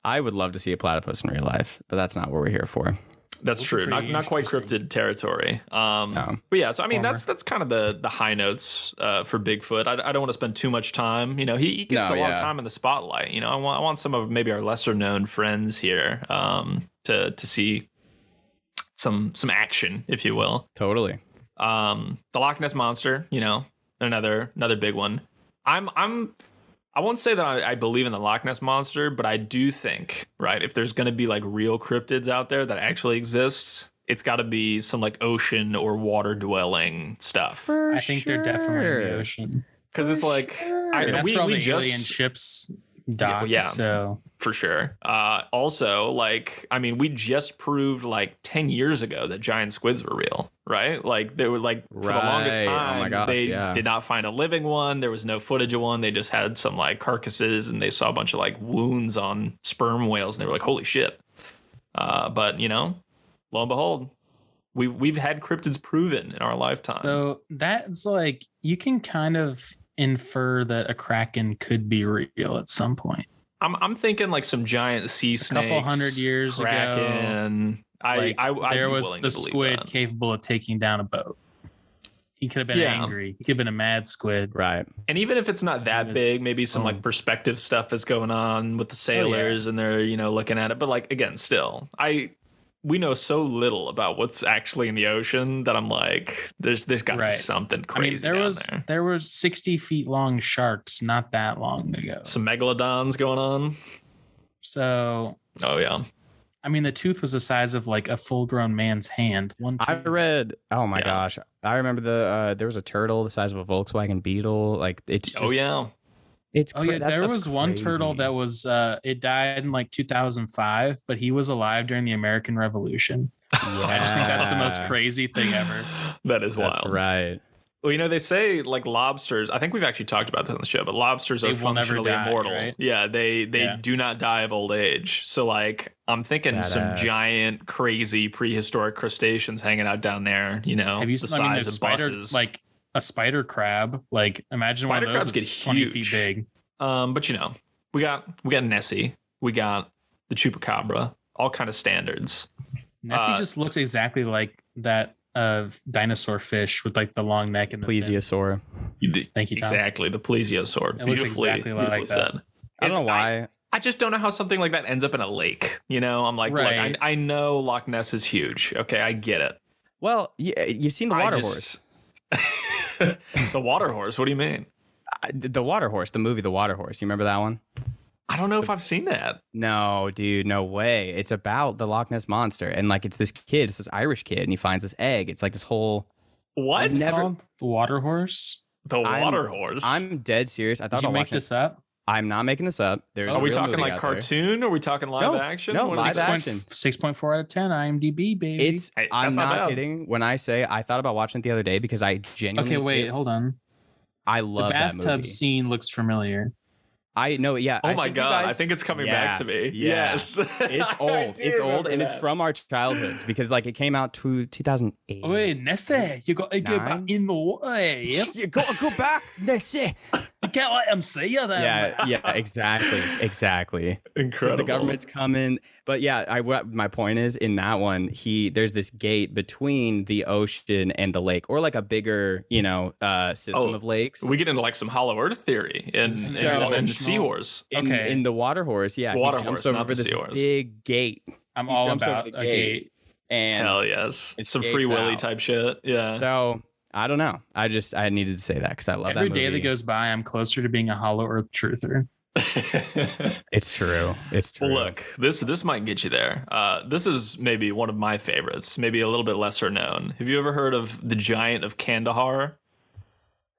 I would love to see a platypus in real life, but that's not what we're here for.
That's true. Not
pretty
not quite
interesting.
cryptid territory. Um,
No.
But yeah, so I mean,
Former.
that's that's kind of the the high notes uh, for Bigfoot. I, I don't want to spend too much time. You know, he, he gets
No,
a lot
yeah.
of time in the spotlight. You know, I want I want some of maybe our lesser known friends here um, to to see some some action, if you will.
Totally.
Um, the Loch Ness monster. You know, another another big one. I'm I'm. I won't say that I, I believe in the Loch Ness monster, but I do think, right, if there's going to be like real cryptids out there that actually exists, it's got to be some like ocean or water dwelling stuff.
I think they're definitely in the
sure.
ocean.
Because it's like,
And
I,
that's
we,
where all
we
the
just
alien ships dock.
well, yeah.
So
for sure. Uh, also, like, I mean, we just proved like 10 years ago that giant squids were real, right? Like, they were like, for the longest
Right. Oh
time,
my gosh,
they
yeah.
did not find a living one. There was no footage of one. They just had some like carcasses and they saw a bunch of like wounds on sperm whales and they were like, holy shit. Uh, but, you know, lo and behold, we've, we've had cryptids proven in our lifetime.
so that's like you can kind of infer that a kraken could be real at some point.
I'm I'm thinking like some giant sea snakes.
couple hundred years ago,
kraken. I,
Like,
I, I'd
there
be
was
willing
the
to believe
squid
that.
capable of taking down a boat. He could have been
Yeah.
angry. He could have been a mad squid.
Right.
And even if it's not that
Yes.
big, maybe some
Oh.
like perspective stuff is going on with the sailors and they're, you know, looking at it. But like again, still, I we know so little about what's actually in the ocean that I'm like, there's there's gotta
Right.
be something
I
crazy
mean, there
down
was there.
there.
were sixty feet long sharks not that long ago.
Some megalodons going on.
So
Oh yeah.
I mean, the tooth was the size of like a full grown man's hand. One.
I
tooth.
read. Oh my
Yeah.
gosh! I remember the uh, there was a turtle the size of a Volkswagen Beetle. Like it's
oh
just-
yeah.
It's
Oh
cra-
yeah,
that
there
stuff's
was one turtle
crazy.
that was uh it died in like 2005, but he was alive during the American Revolution. *laughs* I just think that's the most
Uh,
Yeah.
crazy thing ever.
*laughs* that is wild.
That's right.
Well, you know, they say like lobsters. I think we've actually talked about this on the show, but lobsters
They
are
will never
functionally
die,
immortal.
right?
Yeah, they they
Yeah.
do not die of old age. So like, I'm thinking some
Badass.
giant, crazy prehistoric crustaceans hanging out down there. You know,
Have you
the
seen I mean,
size
there's
of
spider
buses.
like a spider crab? Like imagine
Spider
one of
crabs
those
get
that's 20 feet
huge.
big.
um, but you know, we got we got Nessie, we got the chupacabra, all kind of standards.
Nessie
Uh,
just looks exactly like that uh dinosaur fish with like the long neck and the fin.
Plesiosaur.
Thank you, Tom.
Exactly, the plesiosaur.
It looks
beautifully,
exactly like
beautifully
that.
said.
I don't know
It's- I-
why.
I just don't know how something like that ends up in a lake. You know, I'm like,
Right.
look, I, I know Loch Ness is huge. Okay, I get it.
well, you, you've seen the
I
water horse.
just- *laughs* the water horse. What do you mean?
I- the water horse. The movie, the water horse. You remember that one?
I don't know if I've seen that.
No, dude, no way. It's about the Loch Ness monster, and like it's this kid, it's this Irish kid, and he finds this egg. It's like this whole.
What?
It's called the water horse.
the
I'm-
water horse.
I'm dead serious. I
Did
thought
you
I'll
make
watch
this up?
I'm not making this up. There's
Are
a
we
real
talking
movie
like
out there.
cartoon? Are we talking live
No,
action?
no,
What
live
is it?
action.
Six point four out of ten IMDb baby.
It's.
Hey,
I'm
that's not
not
bad.
kidding. When I say I thought about watching it the other day because I genuinely.
okay. Wait, hold on.
I
The
love that
bathtub
movie.
scene looks familiar.
I know. Yeah.
Oh
I
my
think you
god! I
guys-
think it's coming
Yeah,
back to me.
yeah. *laughs*
Yes,
it's
*laughs* I
old.
do
It's old,
remember
and it's
that.
from our childhoods because like it came out to 2008.
Oh, wait, Nessie, you got to get back
Nine?
in the way. Yep.
*laughs* Yeah, go go back. That's it.
You can't let him see you then.
Yeah, yeah, exactly, exactly. Because
incredible.
the government's coming, but yeah, I what my point is in that one, he there's this gate between the ocean and the lake, or like a bigger, you know, uh, system
Oh,
of lakes.
We get into like some Hollow Earth theory and
So-
and, and the seahorse.
in,
okay.
in the water horse, yeah, he
Water
jumps
horse,
over
not the
this
seahorse.
big gate,
I'm
He
all
jumps over
about
the
a
gate.
gate.
and
Hell yes,
it
some
skates
Free Willy
out.
type shit. Yeah.
so I don't know. I just I needed to say that because I love
Every
that
day that
movie.
goes by, I'm closer to being a Hollow Earth truther.
It's true. It's
*laughs*
true.
Well, look, this this might get you there. Uh, this is maybe one of my favorites, maybe a little bit lesser known. Have you ever heard of the Giant of Kandahar?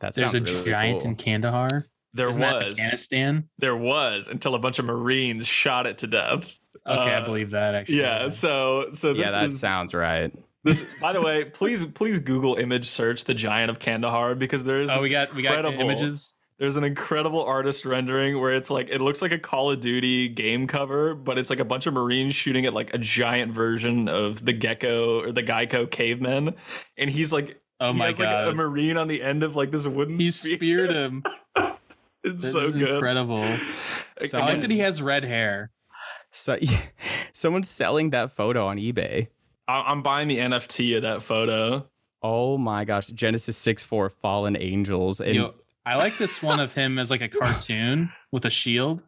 that
There's a
sounds really
giant
cool.
in Kandahar.
There
Isn't that
was,
Afghanistan.
there was until a bunch of Marines shot it to death.
Okay, I
Uh,
believe that actually.
Yeah, so so
yeah,
this
that
is
sounds right.
this. By the way, please please Google image search the Giant of Kandahar because there is
Oh, we got we got
Incredible.
images.
There's an incredible artist rendering where it's like it looks like a Call of Duty game cover, but it's like a bunch of Marines shooting at like a giant version of the gecko or the Geico cavemen, and he's like
Oh
he
my
has,
god,
like a marine on the end of like this wooden
he
spear.
speared him.
*laughs* It's
This
so
is
good. *laughs*
incredible. I
Like,
like
again,
that he has red hair.
So, *laughs* someone's selling that photo on eBay.
I- I'm buying the NFT of that photo.
Oh my gosh, Genesis six four Fallen Angels, and
You know, I like this one of him as like a cartoon with a shield.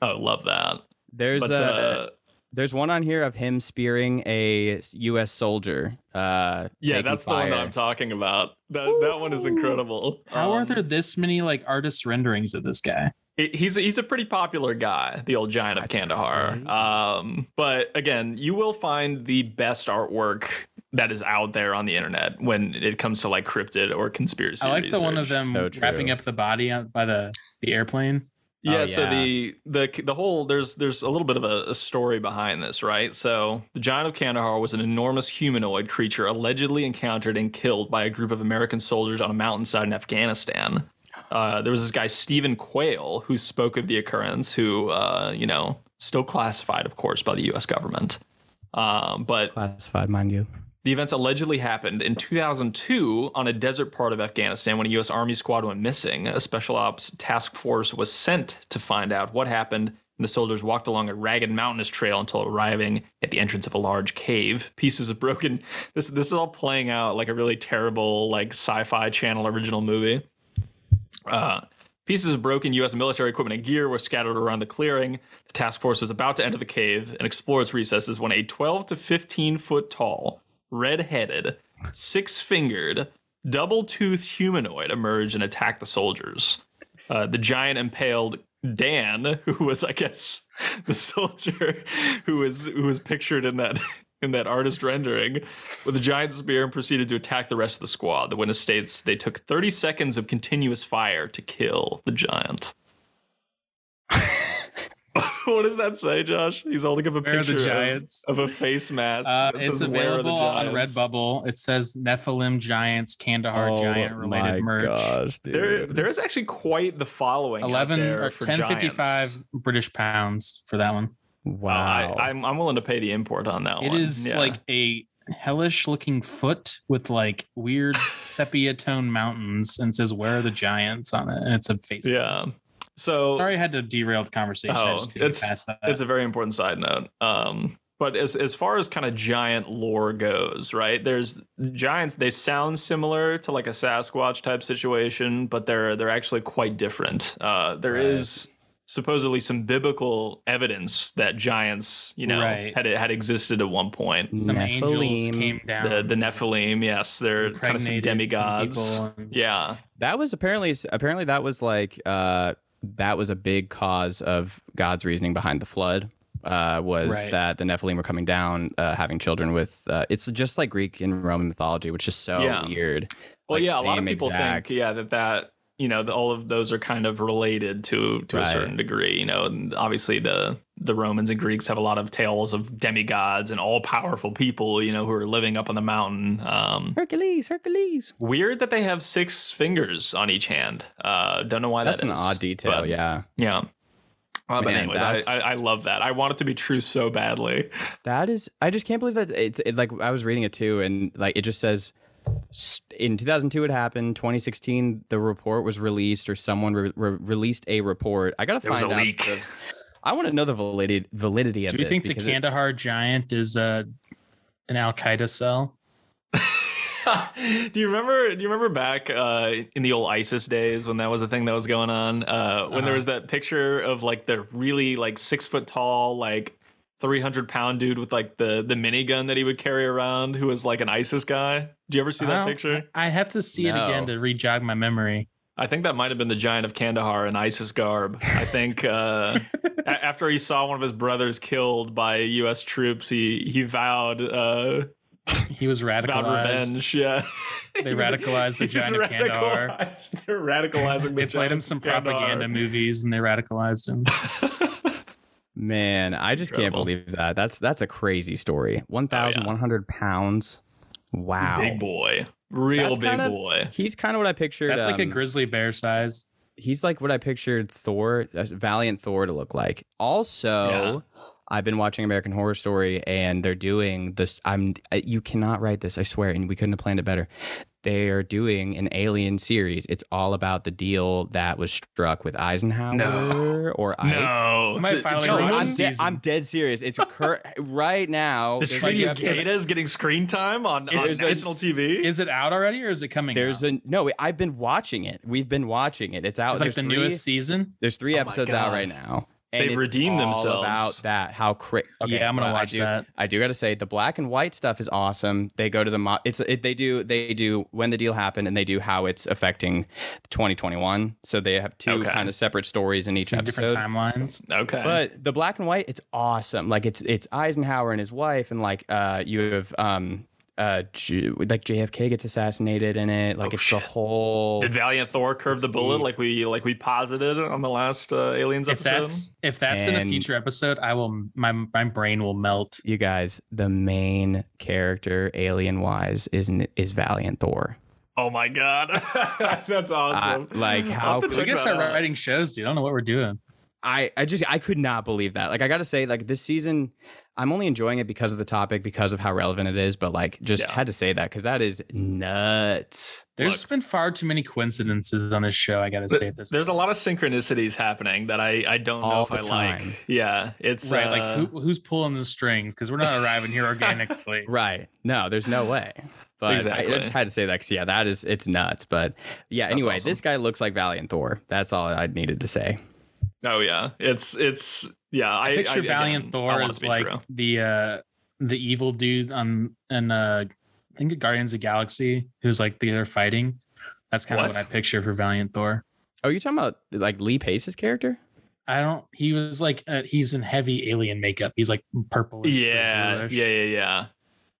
Oh, love that.
there's
But
a
uh,
there's one on here of him spearing a U.S. soldier. Uh,
yeah,
taking
that's the one that
fire.
I'm talking about. That that one is incredible.
How are
Um,
there this many like artist renderings of this guy?
It- he's he's a pretty popular guy, the old giant of
That's
Kandahar.
crazy.
Um, but again, you will find the best artwork that is out there on the internet when it comes to like cryptid or conspiracy.
I like the one of
research.
them
So
wrapping
true.
up the body out by the the airplane.
Yeah,
Oh,
So
yeah.
the the the whole there's there's a little bit of a, a story behind this, right? So the giant of Kandahar was an enormous humanoid creature allegedly encountered and killed by a group of American soldiers on a mountainside in Afghanistan. Uh, there was this guy Stephen Quayle who spoke of the occurrence, who uh, you know still classified, of course, by the U.S. government. Um, but
classified, mind you.
the events allegedly happened in 2002 on a desert part of Afghanistan when a U.S. Army squad went missing. A special ops task force was sent to find out what happened, and the soldiers walked along a ragged mountainous trail until arriving at the entrance of a large cave. Pieces of broken. *laughs* This this is all playing out like a really terrible like sci-fi channel original movie. Uh, pieces of broken U.S. military equipment and gear were scattered around the clearing. The task force was about to enter the cave and explore its recesses when a 12 to 15 foot tall, red headed, six fingered, double toothed humanoid emerged and attacked the soldiers. Uh, the giant impaled Dan, who was, I guess, *laughs* the soldier who was who was pictured in that *laughs* in that artist rendering, with a giant spear and proceeded to attack the rest of the squad. The witness states they took 30 seconds of continuous fire to kill the giant. *laughs* what does that say, Josh? He's holding up a
Where are
picture
the
of-
giants?
of, a face mask.
Uh,
that
it's
says, "Where are the
available on
giants?"
Redbubble. It says Nephilim Giants, Kandahar
oh
Giant
my
related merch.
gosh, dude.
There, there is actually quite the following. out
11
there
or
for
1055
giants.
British pounds for that one.
wow.
I, I'm, I'm willing to pay the import on that
It
one.
is
Yeah.
like a hellish looking foot with like
*laughs*
weird sepia tone mountains and says, Where are the giants on it? And it's a face.
yeah.
mask.
So
Sorry, I had to derail the conversation. I
Oh,
just couldn't get
it's-
past that.
it's a very important side note. Um, but as as far as kind of giant lore goes, right? There's giants. They sound similar to like a Sasquatch type situation, but they're they're actually quite different. Uh, there is
Right.
supposedly some biblical evidence that giants, you know,
Right.
had had existed at one point.
Some angels
Nephilim.
came down.
The the Nephilim, yes, they're kind of some
impregnated
demigods.
people and-
yeah,
That was apparently apparently that was like uh that was a big cause of God's reasoning behind the flood. Uh, was
Right.
that the Nephilim were coming down, uh, having children with? Uh, it's just like Greek and Roman mythology, which is so
Yeah.
weird.
Well,
Like,
yeah, a lot of
same
people
exact-
think, yeah, that that you know, the, all of those are kind of related to to a
Right.
certain degree. You know, and obviously the the Romans and Greeks have a lot of tales of demigods and all powerful people, you know, who are living up on the mountain. Um,
Hercules, Hercules.
weird that they have six fingers on each hand. Uh, don't know why
That's
that
an
is,
odd detail.
but-
yeah,
yeah. Uh, but
Man,
anyways, I,
that's-
I I love that. I want it to be true so badly.
that is. I just can't believe that it's it, like I was reading it too, and like it just says s- in 2002 it happened. 2016 the report was released, or someone re- re- released a report. I gotta
There was
find
a
out.
leak.
the- I want to know the validity validity of
Do you
this
think the
because it-
Kandahar giant is uh, an Al Qaeda cell?
*laughs* do you remember do you remember back uh, in the old ISIS days when that was the thing that was going on? Uh, when there
Uh-huh.
was that picture of like the really like six foot tall, like three hundred pound dude with like the the minigun that he would carry around who was like an ISIS guy. Do you ever see
I
that
don't-
picture?
I have to see it
No.
again to re jog my memory.
I think that might have been the giant of Kandahar in ISIS garb. I think uh, a- after he saw one of his brothers killed by US troops, he he vowed uh,
He was
about
radicalized.
revenge. *laughs* Yeah,
They radicalized the giant of Kandahar.
radicalized- They're radicalizing.
They
the
played
giant
him
of
some
Kandahar.
propaganda movies and they radicalized him.
Man, I just
Incredible.
can't believe that. That's that's a crazy
Oh,
story. One thousand one hundred pounds. Wow,
Big boy, real
That's
big
kind of-
boy.
He's kind of what I pictured.
That's like a
um,
grizzly bear size.
he's like what I pictured Thor, uh, Valiant Thor, to look like. Also, I've been watching American Horror Story, and they're doing this. I'm I- you cannot write this, I swear, and we couldn't have planned it better. They are doing an Alien series. It's all about the deal that was struck with Eisenhower or Ike.
No,
might
the-
finally
Truman-
watch
I'm,
this
de-
season.
I'm dead serious. It's cur- *laughs* right now.
The
there's
Truman
like
Truman
is
episodes-
Gata is getting screen time on, on
It's-
national
it's-
TV.
Is it out already or is it coming?
There's
out?
a no. I've been watching it. We've been watching it. It's out.
it's like
There's
the
three-
newest season.
There's three
Oh my
episodes out
God.
right now.
They've
it's
redeemed
all
themselves.
About that, how cra- okay,
yeah, I'm gonna
well, I
watch
do-
that.
I do gotta say the black and white stuff is awesome. They go to the mo- it's it, they do they do when the deal happened and they do how it's affecting 2021. So they have two
Okay.
kind of separate stories in each
Two
episode.
different timelines.
okay.
But the black and white, it's awesome. Like it's it's Eisenhower and his wife, and like uh you have um uh J- like JFK gets assassinated in it. Like
Oh,
it's
shit.
the whole.
Did Valiant Thor curve the bullet
deep.
like we like we posited on the last uh, Aliens
If
episode?
that's if that's in a
And-
future episode, I will my my brain will melt.
you guys, the main character, alien wise, is n- is Valiant Thor.
oh my god, *laughs* that's awesome!
I- like,
I'll
how
have to
could-
We
check
gotta
that
start
out.
writing shows, dude. I don't know what we're doing.
I I just I could not believe that. Like I gotta say, like this season, I'm only enjoying it because of the topic, because of how relevant it is. But like, just
Yeah.
had to say that because that is nuts.
There's
Look.
been far too many coincidences on this show. I gotta say at this.
There's a lot of synchronicities happening that I I don't know
All
if
the
I
time.
like. Yeah, it's
right,
uh,
like who, who's pulling the strings? Because we're not
*laughs*
arriving here organically.
Right? No, there's no *sighs* way. But I- I,
Exactly.
just had to say that 'cause, yeah, that is it's nuts. But yeah, anyway,
awesome.
this guy looks like Valiant Thor. That's all I needed to say.
Oh yeah, it's it's yeah. I, I
Picture
again,
Valiant
I
Thor
want it
as
to be
like
true.
the uh the evil dude on and uh I think Guardians of the Galaxy who's like the other fighting. That's kind
What?
of what I picture for Valiant Thor.
Oh, you're talking about like Lee Pace's character?
I don't. He was like uh, he's in heavy alien makeup. He's like purplish. or
yeah,
bluish.
yeah, yeah, yeah.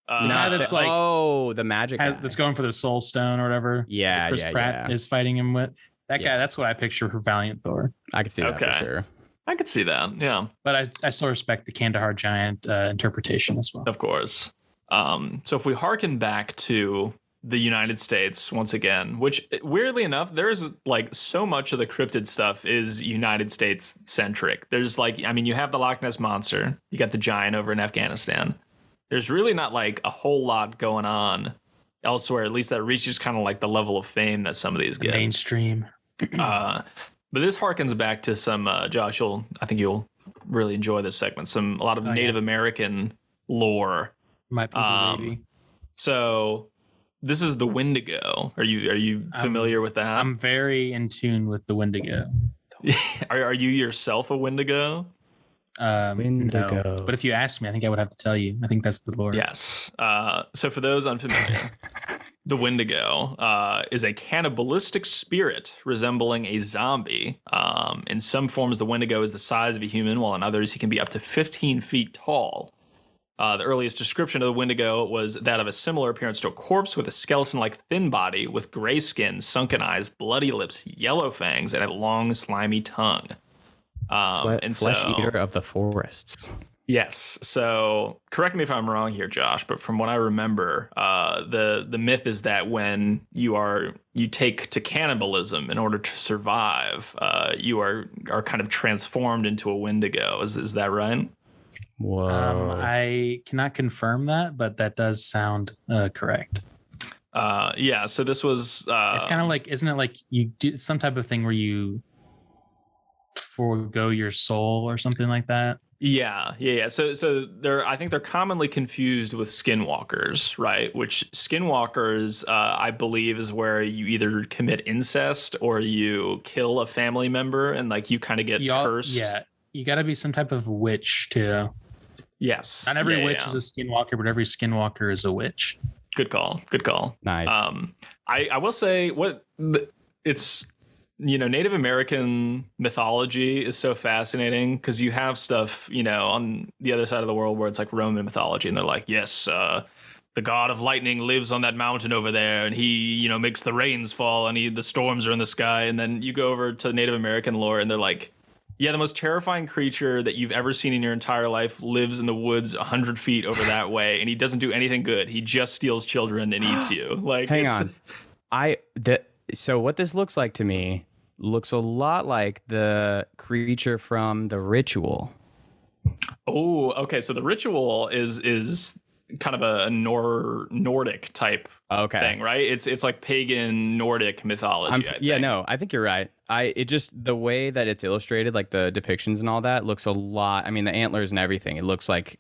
Uh,
You know how that's like-
oh, the magic.
Has-
guy.
that's going for the Soul Stone or whatever.
Yeah,
Chris
yeah,
Pratt
yeah.
is fighting him with that
Yeah.
guy. That's what I picture for Valiant Thor.
I can see that
Okay.
for sure.
I could see that. Yeah,
But I, I still respect the Kandahar Giant uh, interpretation as well.
of course. Um, so if we hearken back to the United States once again, which weirdly enough, there's like so much of the cryptid stuff is United States centric. There's like, I mean, you have the Loch Ness monster, you got the giant over in Afghanistan. There's really not like a whole lot going on elsewhere. At least that reaches kind of like the level of fame that some of these
The
get.
mainstream.
Uh, but this harkens back to some uh, Josh. You'll, I think you'll really enjoy this segment. Some a lot of
Oh, yeah.
Native American lore.
My people,
Um,
baby.
So this is the Wendigo. Are you are you
I'm-
familiar with that?
Um, I'm very in tune with the Wendigo.
are are you yourself a Wendigo?
Um,
Wendigo.
no. But if you asked me, I think I would have to tell you. I think that's the lore.
Yes. Uh, so for those unfamiliar,
*laughs*
the Wendigo uh, is a cannibalistic spirit resembling a zombie. Um, in some forms, the Wendigo is the size of a human, while in others, he can be up to 15 feet tall. Uh, the earliest description of the Wendigo was that of a similar appearance to a corpse with a skeleton like thin body, with gray skin, sunken eyes, bloody lips, yellow fangs, and a long, slimy tongue. Um,
Fle-
and
flesh
so, Um,
eater of the forests.
Yes. So correct me if I'm wrong here, Josh, but from what I remember, uh, the the myth is that when you are you take to cannibalism in order to survive, uh, you are are kind of transformed into a Wendigo. Is is that right?
Whoa.
Um, I cannot confirm that, but that does sound uh, correct.
Uh, yeah. So this was uh,
it's kind of like, isn't it like you do it's some type of thing where you forego your soul or something like that?
Yeah, yeah, yeah. So, so they're I think they're commonly confused with skinwalkers, right? Which skinwalkers, uh, I believe, is where you either commit incest or you kill a family member, and like you kind of get
You all-
cursed.
Yeah. You got to be some type of witch too.
Yes.
Not every
Yeah,
witch
yeah.
is a skinwalker, but every skinwalker is a witch.
good call. Good call.
nice.
Um, I I will say what th- it's you know Native American mythology is so fascinating because you have stuff you know on the other side of the world where it's like Roman mythology and they're like yes. Uh, the god of lightning lives on that mountain over there, and he, you know, makes the rains fall, and he, the storms are in the sky. And then you go over to Native American lore, and they're like, "Yeah, the most terrifying creature that you've ever seen in your entire life lives in the woods hundred feet over that way, and he doesn't do anything good. He just steals children
*gasps*
and eats you." Like,
Hang
it's-
on. I the so what this looks like to me looks a lot like the creature from the ritual.
Oh, okay. So the ritual is is kind of a Nor Nordic type
Okay.
thing, right? It's it's like pagan Nordic mythology.
I'm-
I
yeah,
think.
no, I think you're right. I it just the way that it's illustrated, like the depictions and all that, looks a lot. I mean, the antlers and everything, it looks like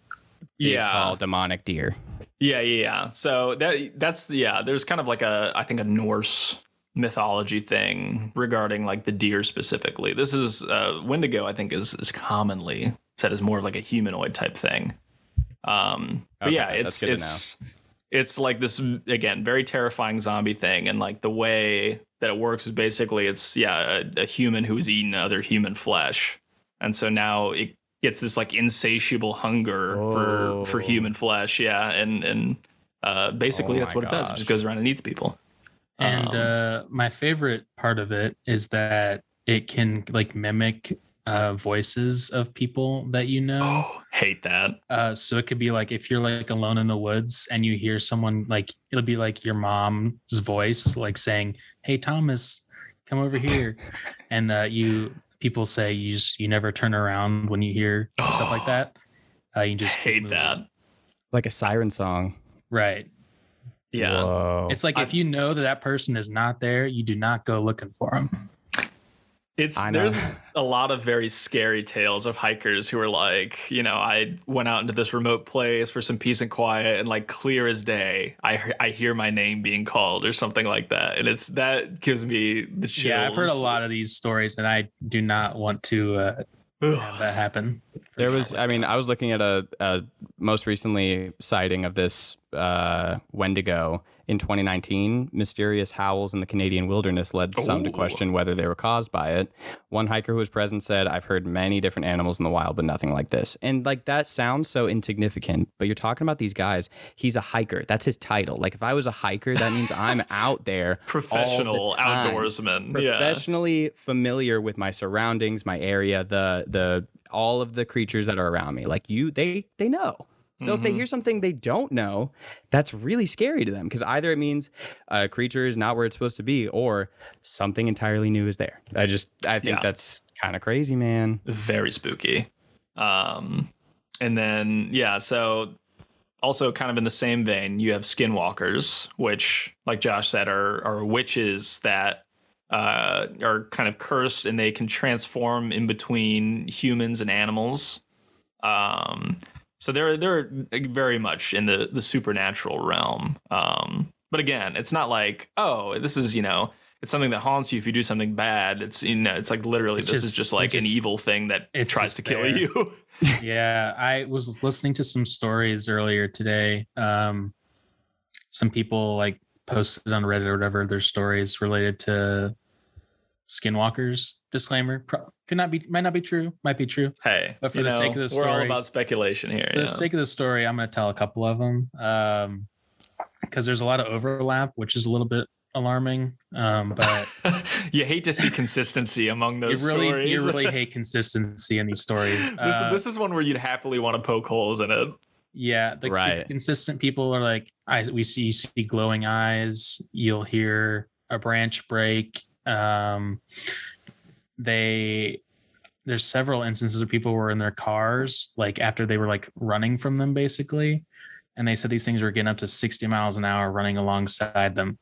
big,
Yeah.
tall demonic deer.
Yeah, yeah, yeah. So that that's yeah. There's kind of like a I think a Norse mythology thing regarding like the deer specifically. This is uh, Wendigo. I think is is commonly said as more like a humanoid type thing. Um, but
Okay,
yeah,
that's
it's
good to
it's it's like this again very terrifying zombie thing, and like the way that it works is basically it's yeah a, a human who is eating other human flesh, and so now it gets this like insatiable hunger for for
Oh.
human flesh, yeah, and and uh, basically
Oh
that's
my
what it does. It
gosh.
just goes around and eats people.
And
Um,
uh, my favorite part of it is that it can like mimic uh, voices of people that
*gasps*
you know.
oh, hate that.
Uh, so it could be like if you're like alone in the woods and you hear someone like it'll be like your mom's voice like saying, "Hey Thomas, come over here," and uh, you people say you just you never turn around when you hear stuff
*sighs*
like that. Uh, you just
Just
keep
hate
moving.
that.
Like a siren song.
right?
Yeah.
Whoa.
It's like
I-
if you know that that person is not there, you do not go looking for them.
It's
I know.
there's a lot of very scary tales of hikers who are like, you know, I went out into this remote place for some peace and quiet, and like clear as day, I he- I hear my name being called or something like that, and it's that gives me the chills.
Yeah, I've heard a lot of these stories, and I do not want to uh, have that happen.
there was i mean i was looking at a, a most recently sighting of this uh, wendigo in 2019 mysterious howls in the canadian wilderness led some to
Ooh.
question whether they were caused by it one hiker who was present said i've heard many different animals in the wild but nothing like this and like that sounds so insignificant but you're talking about these guys he's a hiker that's his title like if i was a hiker that means
*laughs*
i'm out there all the
professional
time
outdoorsmen. Yeah.
professionally familiar with my surroundings, my area, the the all of the creatures that are around me. Like you, they they know. So if they
Mhm.
hear something they don't know, that's really scary to them because either it means a creature is not where it's supposed to be, or something entirely new is there. I just I think
Yeah.
that's kind of crazy, man.
very spooky. Um, and then yeah, so also kind of in the same vein, you have skinwalkers, which, like Josh said, are are witches that uh, are kind of cursed and they can transform in between humans and animals. Um, so they're they're very much in the the supernatural realm. Um, but again, it's not like oh, this is you know. It's something that haunts you if you do something bad. It's you know, it's like literally
It's
this is
just-
just like
it
an
just-
evil thing that
it's
tries
just
to kill
there.
you.
*laughs*
*laughs*
yeah, I was listening to some stories earlier today. Um, some people like posted on Reddit or whatever their stories related to skinwalkers. Disclaimer: pro- could not be, might not be true, might be true.
hey,
But for
you
the
know,
sake of this
we're all
story-
about speculation here.
For
yeah. *laughs*
the sake of the story, I'm going to tell a couple of them um, because there's a lot of overlap, which is a little bit alarming. Um, but
you hate to see consistency among
*laughs* you
those
really,
stories. *laughs*
you really hate consistency in these stories.
this,
Uh,
this is one where you'd happily want to poke holes in it.
Yeah, the, the
Right.
consistent people are like, I we see you see glowing eyes. You'll hear a branch break. Um, they there's several instances of people were in their cars, like after they were like running from them, basically, and they said these things were getting up to 60 miles an hour running alongside them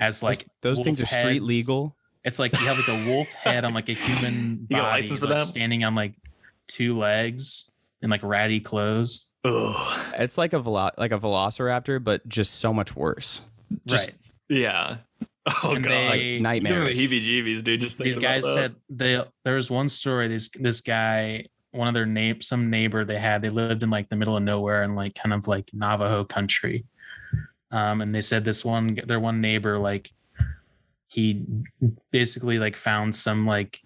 as like
those, those things are
wolf
street
heads.
legal.
It's like you have like
*laughs*
a wolf head on like a human body,
You got a license for
like,
that?
standing on like two legs in like ratty clothes.
Ugh.
It's like a velo- like a velociraptor, but just so much worse.
Just-
right.
Yeah. *laughs* Oh
And
god.
they-
Like
Hey,
These are
nightmare.
the heebie-jeebies, dude. Just
these
thinking
guys
about that.
said they there was one story this this guy one of their name some neighbor they had they lived in like the middle of nowhere in like kind of like navajo country um and they said this one their one neighbor like he basically like found some like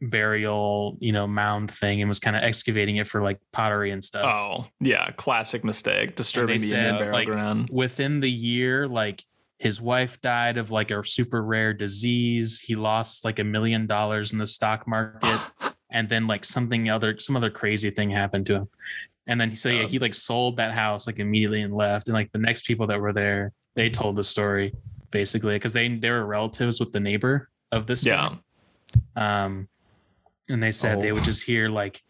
burial you know mound thing and was kind of excavating it for like pottery and stuff
Oh yeah, classic mistake. Disturbing the
uh, said, uh,
Indian burial
like,
ground.
Um, *laughs* within the year like his wife died of like a super rare disease he lost like a million dollars in the stock market and then like something other some other crazy thing happened to him and then he so yeah
Oh.
he like sold that house like immediately and left and like the next people that were there they told the story basically because they they were relatives with the neighbor of this
Yeah.
guy. um and they said
Oh.
they would just hear like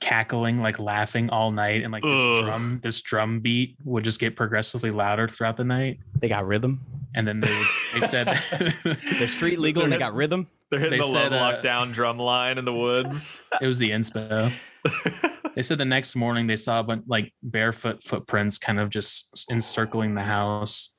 cackling, like laughing all night, and like this
Ugh.
drum, this drum beat would just get progressively louder throughout the night.
They got rhythm.
And then they would, they
*laughs*
said *laughs*
They're street legal and they
They're-
got rhythm.
They're hitting
They
the
said,
love
uh,
lockdown drum line in the
*laughs*
woods.
it was the inspo. they said the next morning they saw a bunch, like barefoot footprints, kind of just encircling the house.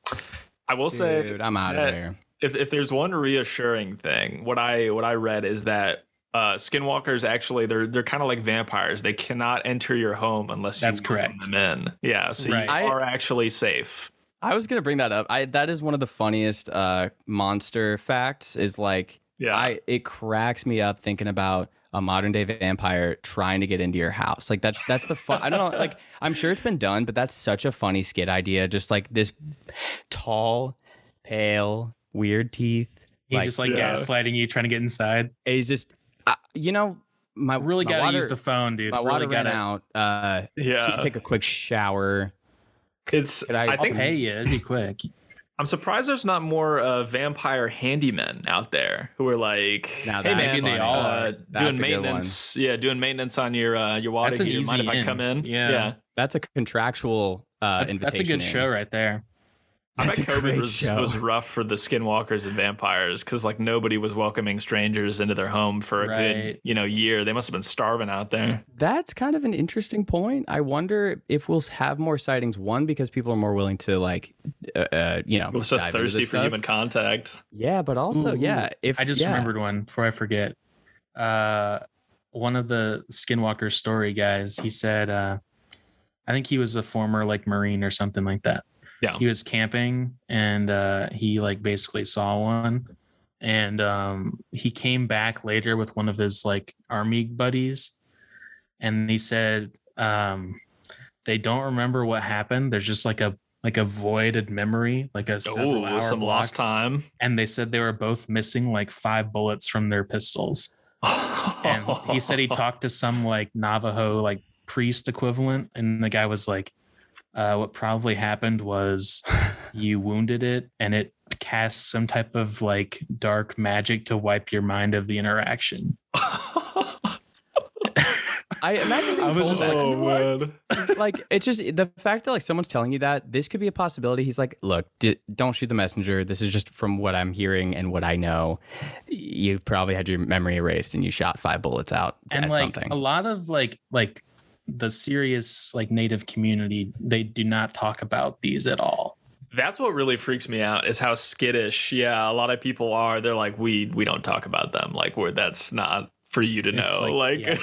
I will say
Dude, I'm out of
that-
here.
if if there's one reassuring thing, what I what I read is that uh, skinwalkers actually they're they're kind of like vampires. They cannot enter your home unless
That's
you welcome
correct.
them in. Yeah, so
Right.
you
I-
are actually safe.
I was gonna bring that up. I that is one of the funniest uh monster facts is like
Yeah,
I it cracks me up thinking about a modern day vampire trying to get into your house. Like that's that's the fun. I don't know. Like I'm sure it's been done, but that's such a funny skit idea. Just like this tall, pale, weird teeth.
He's
Like-
just like
Yeah.
gaslighting you, trying to get inside.
It's just uh, you know my
I really
my
gotta
water,
use the phone, dude.
my
really
water ran
gotta-
out. Uh,
yeah.
should take a quick shower.
it's
Could I-
I
I'll
think
pay you. It'd be quick.
I'm surprised there's not more uh, vampire handymen out there who are like,
Now
hey
that's
man,
funny.
they all
Uh,
uh,
that's a
doing
good
maintenance. Yeah, doing maintenance on your uh, your water
That's an
heater. Mind if
easy
I
in.
come in?
Yeah.
That's a contractual uh,
That-
invitation.
that's a good
in.
show right there.
I bet
That's a
COVID
great
was,
show.
was rough for the skinwalkers and vampires because like nobody was welcoming strangers into their home for a good
Right.
you know year. They must have been starving out there.
That's kind of an interesting point. I wonder if we'll have more sightings. One, because people are more willing to like, uh, uh, you know,
They were so
dive into
thirsty
this
for
stuff.
human contact.
Yeah, but also,
Ooh,
yeah. If
I just
yeah.
remembered one before I forget. Uh, one of the Skinwalker story guys, he said, uh, I think he was a former like Marine or something like that.
Yeah.
He was camping and uh, he like basically saw one. And um, he came back later with one of his like army buddies. And he said, um, they don't remember what happened. There's just like a like a voided memory, like a several
Oh,
hour
some
block
lost time.
and they said they were both missing like five bullets from their pistols. And he said he talked to some like Navajo like priest equivalent, and the guy was like, uh, "What probably happened was you wounded it, and it cast some type of like dark magic to wipe your mind of the interaction."
I
*laughs*
imagine being
*laughs* I was
told
just
that.
like,
*laughs* like it's just the fact that like someone's telling you that this could be a possibility he's like look d- don't shoot the messenger this is just from what i'm hearing and what i know you probably had your memory erased and you shot five bullets out
and
at
like
something
a lot of like like the serious like native community, they do not talk about these at all.
That's what really freaks me out is how skittish. Yeah, a lot of people are. They're like, we we don't talk about them. Like, we're that's not for you to
It's
know. Like,
like- yeah.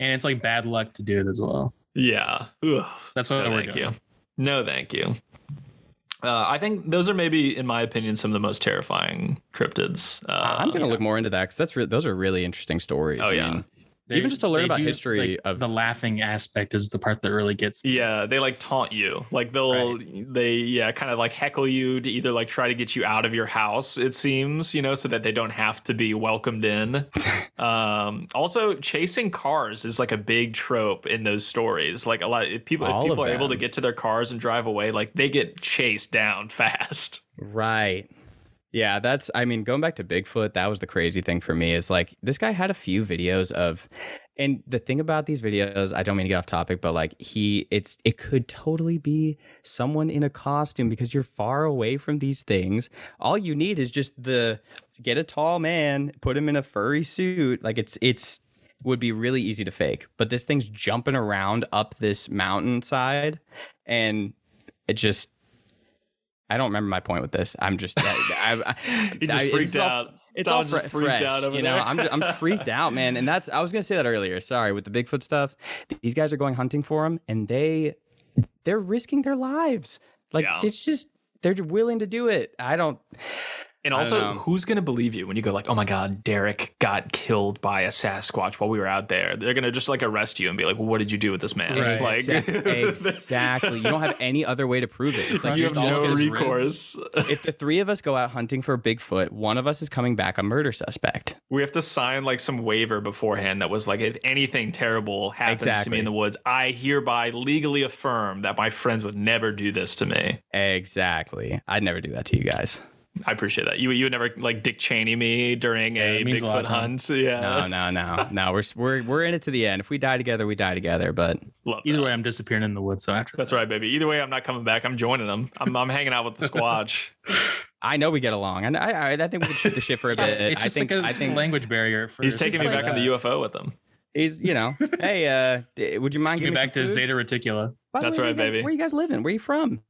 And it's like bad luck to do it as well.
*laughs* yeah. Ugh.
That's what
No,
we're
thank
doing.
you. No, thank you. Uh, I think those are maybe, in my opinion, some of the most terrifying cryptids. Uh,
i'm gonna look more into that because that's re- those are really interesting stories
Oh,
I
yeah.
mean, Even just to learn
they
about history of-
the laughing aspect is the part that really gets e-, me.
Yeah, they like taunt you. Like they'll they yeah, kind of like heckle you to either like try to get you out of your house, it seems, you know, so that they don't have to be welcomed
*laughs*
in. um also chasing cars is like a big trope in those stories. Like a lot if people
All
if
of
people are able to
them.
get to their cars and drive away, like they get chased down *laughs* fast.
Right. Yeah, that's I mean, going back to Bigfoot, that was the crazy thing for me is like this guy had a few videos of and the thing about these videos, I don't mean to get off topic, but like he it's it could totally be someone in a costume because you're far away from these things. All you need is just the get a tall man, put him in a furry suit, like it's it's would be really easy to fake. But this thing's jumping around up this mountainside and it just I don't remember my point with this. I'm just I, I,
*laughs* He just
I-
freaked
it's all-
out.
it's
Don
all
just
fre-
freaked
fresh,
out over
you know.
there.
I'm just, I'm freaked out, man. And that's I was gonna say that earlier. Sorry, with the Bigfoot stuff, these guys are going hunting for him, and they they're risking their lives. Like
Yeah.
it's just they're willing to do it. I don't.
And
I don't
also,
know.
who's gonna believe you when you go like, "Oh my God, Derek got killed by a Sasquatch while we were out there"? They're gonna just like arrest you and be like, "What did you do with this man?"
Right.
Like, *laughs*
Exac- exactly. You don't have any other way to prove it. It's like
you
just
have
all
no
gonna-
recourse.
If the three of us go out hunting for Bigfoot, one of us is coming back a murder suspect.
We have to sign like some waiver beforehand that was like, if anything terrible happens to
Exactly.
me in the woods, I hereby legally affirm that my friends would never do this to me.
Exactly. I'd never do that to you guys.
I appreciate that. You you would never like Dick Cheney me during
Yeah,
a
it means a
Bigfoot
lot to me.
hunt. *laughs* Yeah,
No, no, no,
*laughs*
no. We're we're we're in it to the end. If we die together, we die together. But
love that.
Either way, I'm disappearing in the woods. So after
That's right, baby. Either way, I'm not coming back. I'm joining them. I'm, I'm hanging out with
*laughs*
the Squatch.
I know we get along, and I I, I think we could shoot the
*laughs*
shit for a bit.
it's just
I think
like a,
I
it's a
think
language barrier. At first.
He's taking
It's
me
like,
back on the
uh,
UFO with him.
he's you
*laughs*
know. hey, uh, d- would you mind
Give
giving me some
me back to
food?
Zeta Reticula.
By the
That's
where you
right,
guys-
baby.
Where you guys living? Where you
*laughs*
from?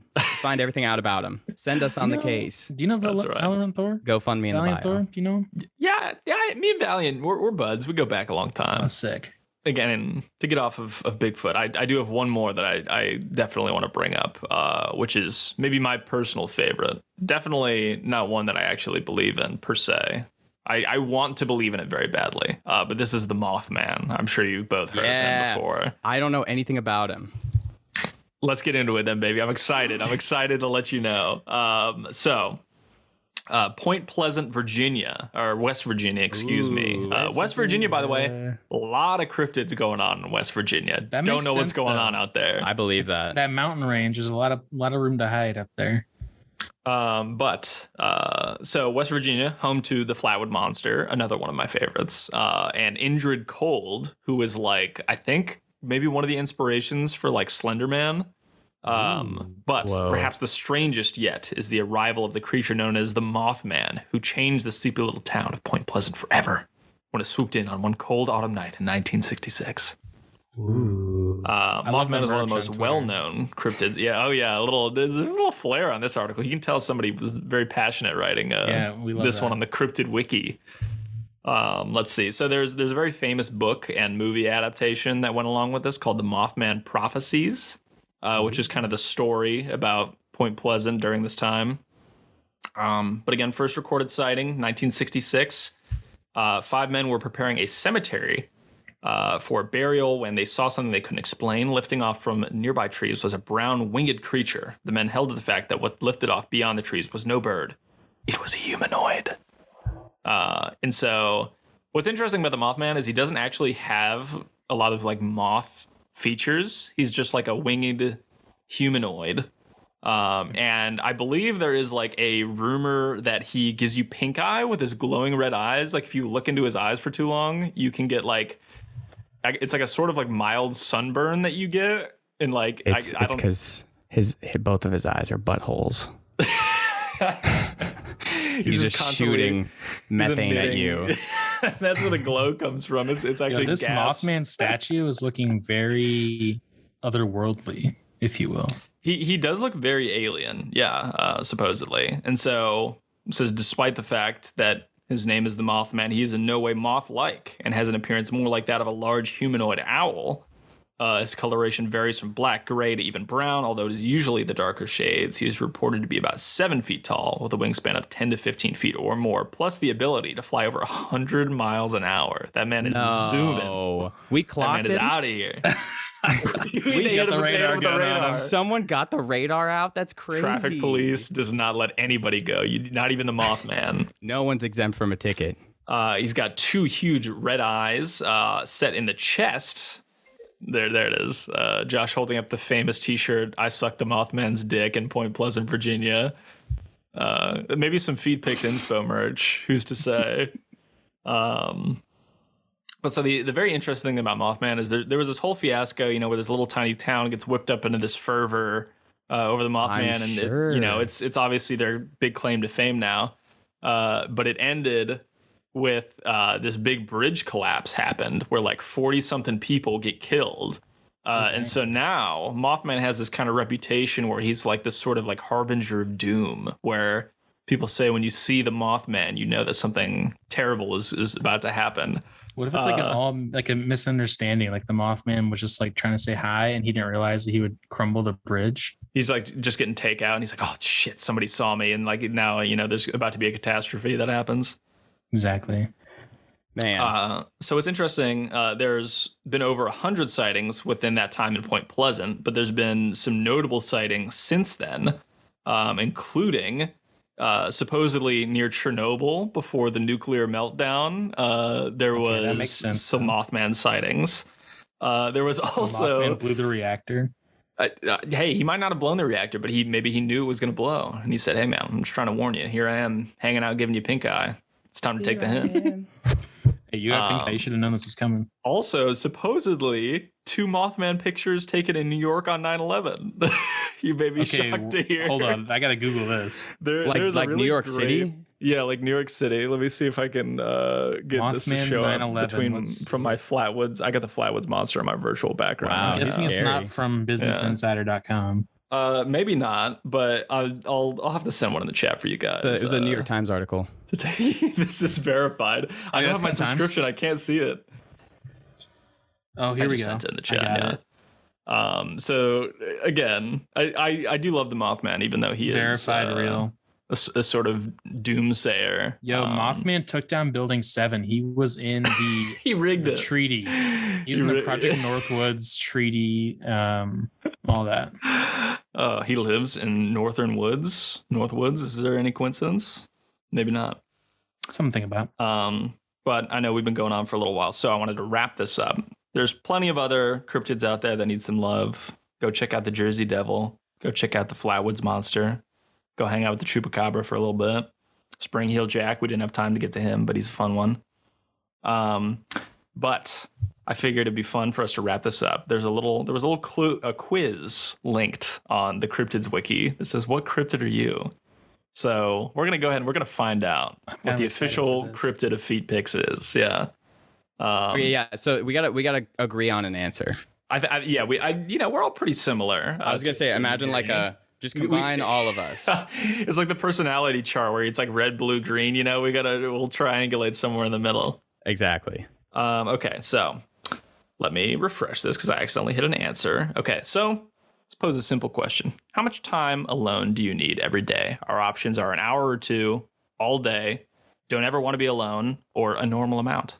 Find everything out about him. Send us on the
No.
case.
Do you know
That's
Val-
right.
Valorant Thor?
GoFundMe in the
Valiant Thor?
bio.
Do you know him?
Yeah, yeah. Me and Valiant, we're, we're buds. We go back a long
Oh,
time.
sick.
Again, to get off of, of Bigfoot, I, I do have one more that I, I definitely want to bring up, uh, which is maybe my personal favorite. Definitely not one that I actually believe in per se. I, I want to believe in it very badly, uh, but this is the Mothman. I'm sure you've both heard
Yeah.
of him before.
I don't know anything about him.
let's get into it then, baby. I'm excited. I'm excited to let you know. Um, so. Uh, Point Pleasant, Virginia, or West Virginia, excuse me.
Ooh,
Uh, West Virginia, by the way, a lot of cryptids going on in West Virginia.
That
Don't
makes
know what's
sense,
going
though.
on out there.
I believe that.
That mountain range, there's a lot of lot of room to hide up there.
Um, but uh, so West Virginia, home to the Flatwood Monster, another one of my favorites, uh, and Indrid Cold, who is like I think maybe one of the inspirations for like Slender Man. Um, but
Whoa.
perhaps the strangest yet is the arrival of the creature known as the Mothman, who changed the sleepy little town of Point Pleasant forever when it swooped in on one cold autumn night in 1966. Uh,
love
Mothman
my
is one of
merch
the most
on Twitter.
well-known cryptids. Yeah. Oh yeah. A little. There's, there's a little flair on this article. You can tell somebody was very passionate writing. Uh,
Yeah, we love
this
that.
one on the cryptid wiki. Um, let's see. So there's there's a very famous book and movie adaptation that went along with this called The Mothman Prophecies, uh,
Mm-hmm.
which is kind of the story about Point Pleasant during this time. Um, but again, first recorded sighting 1966. Uh, five men were preparing a cemetery uh, for burial when they saw something they couldn't explain. Lifting off from nearby trees was a brown winged creature. The men held to the fact that what lifted off beyond the trees was no bird, it was a humanoid. Uh, and so, what's interesting about the Mothman is he doesn't actually have a lot of like moth features, he's just like a winged humanoid. Um, and I believe there is like a rumor that he gives you pink eye with his glowing red eyes. Like if you look into his eyes for too long, you can get like I- it's like a sort of like mild sunburn that you get. And like
It's
I, I
it's
*laughs* don't
because his, his both of his eyes are buttholes. He's, just, *laughs*
constantly-
shooting
he's
methane at
emitting-
you.
*laughs*
*laughs*
That's where the glow comes from. It's it's
Yo,
actually
this
gas. *laughs*
Mothman statue is looking very otherworldly, if you will.
He he does look very alien, yeah, uh, supposedly. And so it says, despite the fact that his name is the Mothman, he is in no way moth-like and has an appearance more like that of a large humanoid owl. Uh, his coloration varies from black, gray to even brown, although it is usually the darker shades. He is reported to be about seven feet tall, with a wingspan of ten to fifteen feet or more, plus the ability to fly over hundred miles an hour. That man is zooming.
No. We
That man
clocked
is
it.
out of here. *laughs* we
got the radar going on us.
Someone got the radar out. That's crazy.
Traffic police does not let anybody go. You, not even the Mothman.
No one's exempt from a ticket.
Uh, he's got two huge red eyes uh, set in the chest. There, there it is. Uh, Josh holding up the famous T-shirt. I suck the Mothman's dick in Point Pleasant, Virginia. Uh, maybe some feed pics inspo merch. Who's to say? *laughs* um, but so the the very interesting thing about Mothman is there there was this whole fiasco, you know, where this little tiny town gets whipped up into this fervor uh, over the Mothman, and it- you
sure.
know, it's it's obviously their big claim to fame now. Uh, but it ended with uh, this big bridge collapse happened where like 40 something people get killed. Uh, And so now Mothman has this kind of reputation where he's like this sort of like harbinger of doom, where people say when you see the Mothman, you know that something terrible is, is about to happen.
What if it's like an
Uh,
all like a misunderstanding? Like the Mothman was just like trying to say hi, and he didn't realize that he would crumble the bridge.
He's like just getting takeout and he's like, oh shit, somebody saw me. And like now, you know, there's about to be a catastrophe that happens.
Exactly.
Man.
Uh, so it's interesting. Uh, there's been over 100 sightings within that time in Point Pleasant, but there's been some notable sightings since then, um, including uh, supposedly near Chernobyl before the nuclear meltdown. Uh, there
Okay, that
was
makes sense
some
then.
Mothman sightings. Uh, there was
The
also
Mothman blew the reactor.
uh, uh, hey, he might not have blown the reactor, but he maybe he knew it was going to blow, and he said, "Hey, man, I'm just trying to warn you. Here I am, hanging out, giving you pink eye. It's time to take the hint."
Hey, you got pink eye.
Um,
You should have known this was coming.
Also, supposedly, two Mothman pictures taken in New York on 9/11. *laughs* you may be shocked to hear.
hold on. I gotta Google
*laughs*
this.
There-
Like
there's a
like
really
New York City.
great- Yeah, like New York City. Let me see if I can uh, get this to
Mothman
show up
9/11,
between
let's see.
from my Flatwoods. I got the Flatwoods monster on my virtual
Wow,
I'm
background.
he's
guessing it's
scary.
not from BusinessInsider.com.
Uh, maybe not, but I'll, I'll I'll have to send one in the chat for you guys.
It's a- it was a New
uh,
York Times article.
to take- *laughs* this is verified. I
Yeah,
don't have my
it's in Times.
subscription. I can't see it.
Oh, here
I
we
just
go.
sent it in the
I
chat.
got
yeah.
it.
Um. So uh, again, I, I I do love the Mothman, even though he
Verified
is uh,
real.
a, s- a sort of doomsayer.
Yo,
Um,
Mothman took down Building Seven. He was in the,
He rigged
the
*laughs* it.
treaty. He
He
was in the
ri- *laughs*
Project Northwoods treaty. Um, all that.
Uh, he lives in Northern Woods. North Woods. Is there any coincidence? Maybe not.
Something about.
Um, but I know we've been going on for a little while, so I wanted to wrap this up. There's plenty of other cryptids out there that need some love. Go check out the Jersey Devil. Go check out the Flatwoods Monster. Go hang out with the Chupacabra for a little bit. Spring Heel Jack. We didn't have time to get to him, but he's a fun one. Um, but I figured it'd be fun for us to wrap this up. There's a little, there was a little clue, a quiz linked on the Cryptids Wiki that says, "What cryptid are you?" So we're gonna go ahead and we're gonna find out what
I'm
the
excited for
official
this.
cryptid of Feet Picks is. Yeah. Um,
okay, yeah. So we gotta we gotta agree on an answer.
I, th- I, yeah, we, I, you know, we're all pretty similar.
I was gonna say, imagine like a just combine all of us.
*laughs* it's like the personality chart where it's like red, blue, green. You know, we gotta we'll triangulate somewhere in the middle.
*laughs* exactly.
Um, okay, so let me refresh this because I accidentally hit an answer. Okay, so let's pose a simple question: How much time alone do you need every day? Our options are an hour or two, all day, don't ever want to be alone, or a normal amount.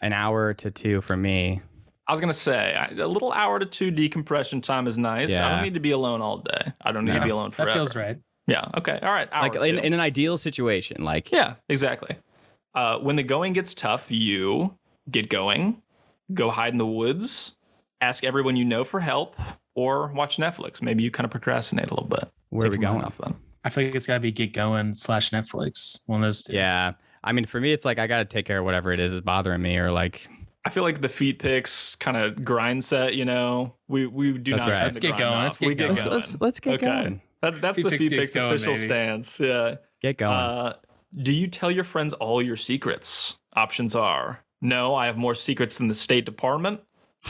An hour to two for me.
I was gonna say I- a little hour to two decompression time is nice. I
Yeah.
don't need to be alone all day. I don't need to
No.
be alone
That
forever.
feels right.
Yeah. Okay. All right. Hour
Like
or
in,
two.
in an ideal situation, like
yeah. Exactly. Uh, when the going gets tough, you get going, go hide in the woods, ask everyone you know for help, or watch Netflix. Maybe you kind of procrastinate a little bit.
where are we
Take your mind
going?
off them.
I feel like it's gotta be Get Going slash Netflix. One of those. Two.
Yeah. I mean, for me, it's like I gotta take care of whatever it is is bothering me, or like
I feel like the feet picks kind of grind set. You know, we we do
That's
not.
right.
turn
Let's
the
get
grind
going,
off.
let's get
we
going.
let's let's, let's get
Okay.
going.
That's that's
Feet
the
picks
feet
gets
picks
going,
official
baby.
stance. Yeah.
Get going.
Uh, do you tell your friends all your secrets? Options are no, I have more secrets than the State Department.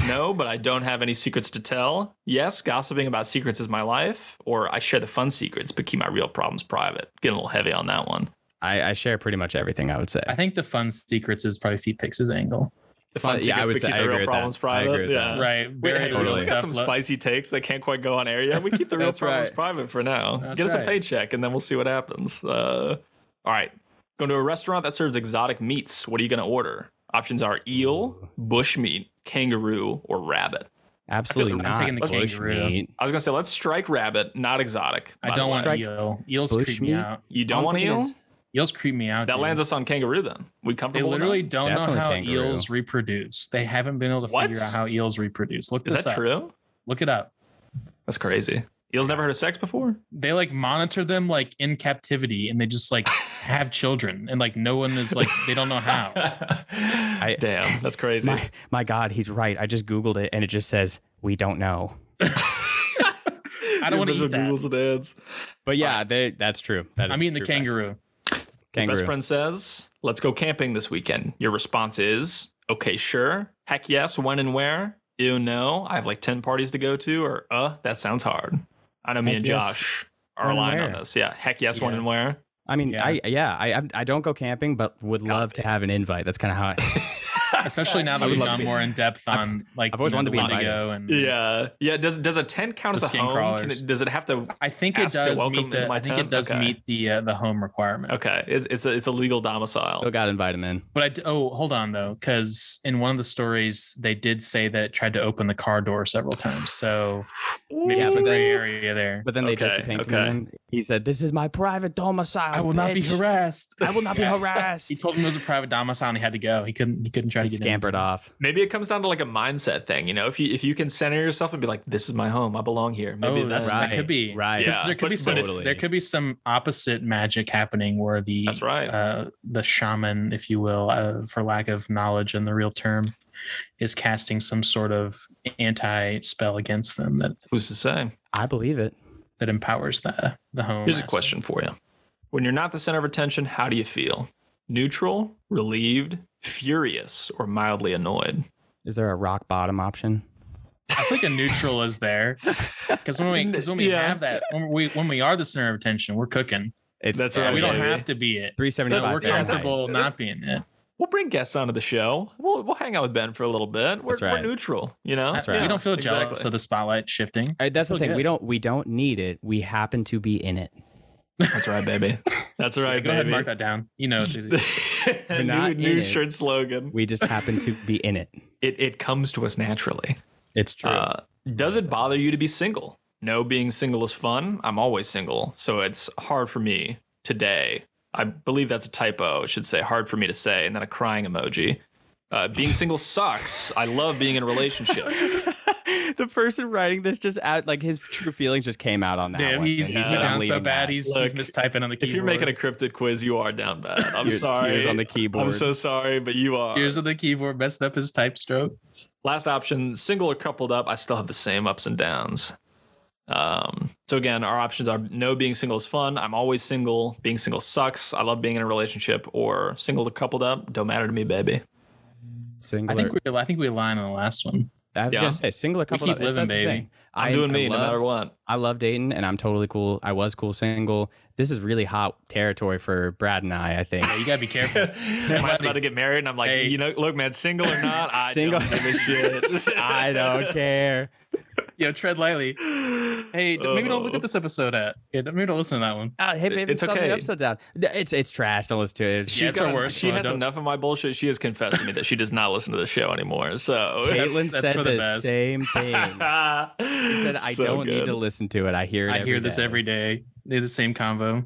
No, *laughs* but I don't have any secrets to tell. Yes, gossiping about secrets is my life. Or I share the fun secrets, but keep my real problems private. Getting a little heavy on that one.
I, I share pretty much everything. I would say.
I think the fun secrets is probably Feet Pix's angle.
The
Fun-
fun
yeah, I
secrets,
would
but
say-
keep
I
the
agree
real
with
problems
that. I
private.
agree with
yeah.
that.
Right.
Wait,
very
hey, Uh, we
real
just got
stuff.
some
Look-
spicy takes that can't quite go on air yet. We keep the real
That's
problems
right.
private for now.
That's
Get us a
right.
paycheck and then we'll see what happens. Uh, all right. Going to a restaurant that serves exotic meats. What are you going to order? Options are eel, bushmeat, kangaroo, or rabbit.
Absolutely
I'm
not.
taking the
Bush
kangaroo.
meat.
I was going to say, let's strike rabbit, not exotic.
I
by
don't
the
want
way.
Strike
eel. Eels
bush
creep
meat?
me out.
You
I
don't
don't
want
think it
eel?
is- Eels creep me out.
That
dude.
lands us on kangaroo then. We
They
comfortable with
literally don't know
Definitely
how
kangaroo.
eels reproduce. They haven't been able to
What?
figure out how eels reproduce. Look
that? Is
this
that
up.
true?
Look it up.
That's crazy. Eels never heard of sex before?
They like monitor them like in captivity, and they
*laughs*
just like have children, and like no one is like they don't know how.
*laughs* Damn, that's crazy.
My my God, he's right. I just googled it and it just says we don't know.
I don't wanna eat
Visual
that.
Google's dance.
But yeah, they that's true. That is
I mean the
true fact.
kangaroo.
Kangaroo.
Best friend says, "Let's go camping this weekend." Your response is, "Okay, sure. Heck yes. When and where? Ew, no. I have like ten parties to go to." Or, "Uh, that sounds hard." I know me
Heck
and
yes,
Josh are
when and
aligned on
where.
this. Yeah. Heck yes. When
Yeah.
and where?
I mean,
Yeah.
I yeah, I I'm- I don't go camping, but would love to have an invite. That's kind of how *laughs* I,
*laughs* Especially now that
would
we've
love to
gone
be-
more in depth on like
I've always
you know,
wanted to be
the
invited.
Wendigo and
*laughs* Yeah. Yeah. Does does a tent count
The
as a
skin
home? Can
crawlers.
it, does it have to?
I think it
Ask to
does
welcome
meet
in
the.
my
I think
tent?
it does
Okay.
meet the uh, the home requirement.
Okay. It's it's a it's a legal domicile.
still got to invite him in.
But I d- oh hold on though, because in one of the stories they did say that it tried to open the car door several times. So maybe
Yeah,
some
but
gray
then-
area there.
But then they
Okay,
Jesse Pinkman.
okay.
him. He said, "This is my private domicile.
I will not be
bitch.
harassed.
I will not be
*laughs* Yeah.
harassed."
He told him it was a private domicile and he had to go. He couldn't he couldn't try to get
scampered
in.
off.
Maybe it comes down to like a mindset thing, you know. If you if you can center yourself and be like, "This is my home. I belong here." Maybe
Oh,
that's
that
right.
could be
Right.
Yeah.
there could
but-
be some
but
if-
there could be some opposite magic happening where the
That's right.
uh, the shaman, if you will, uh, for lack of knowledge in the real term, is casting some sort of anti spell against them that
who's to say.
I believe it.
that empowers the the home.
Here's a
aspect.
question for you: When you're not the center of attention, how do you feel? Neutral, relieved, furious, or mildly annoyed?
Is there a rock bottom option?
I think a neutral is there because when
*laughs*
we because when we
Yeah.
have that when we when we are the center of attention, we're cooking.
It's
That's
Yeah,
right,
we don't
baby.
have to be it.
Three
But
seventy
we're
five.
yeah, that's-
comfortable not being it.
We'll bring guests onto the show. We'll we'll hang out with Ben for a little bit. We're,
That's right.
we're neutral, you know.
That's right.
We don't feel jealous
exactly.
of the spotlight shifting.
All right, that's the
Feel
thing.
good.
We don't we don't need it. We happen to be in it.
That's right,
*laughs*
baby. That's right,
Go ahead and
baby.
mark that down. You
*laughs*
know,
new
not in
new
it.
shirt slogan.
We just happen to be in it.
It it comes to us naturally.
It's true. *laughs*
Uh, does it bother you to be single? No, being single is fun. I'm always single, so it's hard for me today. I believe that's a typo. It should say hard for me to say, and then a crying emoji. Uh, being single sucks. I love being in
*laughs*
a relationship.
the person writing this just out like his true feelings just came out on that.
Damn,
one.
he's,
And
he's
I'm
down so
leaving
bad.
that.
He's,
Look,
he's mistyping on the keyboard.
If you're making a cryptid quiz, you are down bad. I'm
Your
sorry.
Tears on the keyboard.
I'm so sorry, but you are.
Here's the keyboard messed up his type stroke.
last option single or coupled up i still have the same ups and downs um, so again our options are no being single is fun i'm always single being single sucks i love being in a relationship or single to coupled up don't matter to me baby
I
single.
think
or-
we I think we align on the last one.
I was
Yeah.
gonna say single or couple.
keep living, baby.
i'm doing me no matter
*laughs*
what *laughs*
I love dating, and I'm totally cool. I was cool single. This is really hot territory for Brad and I. I think.
You gotta
*laughs*
be careful.
Am I was about to get married, and I'm like,
Hey.
you know, look, man, single or not,
*laughs*
I
Single-
don't give a
*laughs*
shit.
I
*laughs*
don't care.
Yo, tread lightly. Hey, d- maybe don't look
Oh.
at this episode at. Yeah, maybe don't listen to that one.
Uh, hey, baby, it's
It's
okay.
okay.
the episode's out. It's it's trash. Don't listen to it.
*laughs*
Yeah, it's our worst
She
one,
has
don't-
enough of my bullshit. She has confessed to me that she does not listen to the show anymore. So *laughs*
Caitlin
that's
said
for the
the,
best.
same thing. She said, I don't need to listen to it. I hear it.
I hear this
day."
every day. They're the same combo.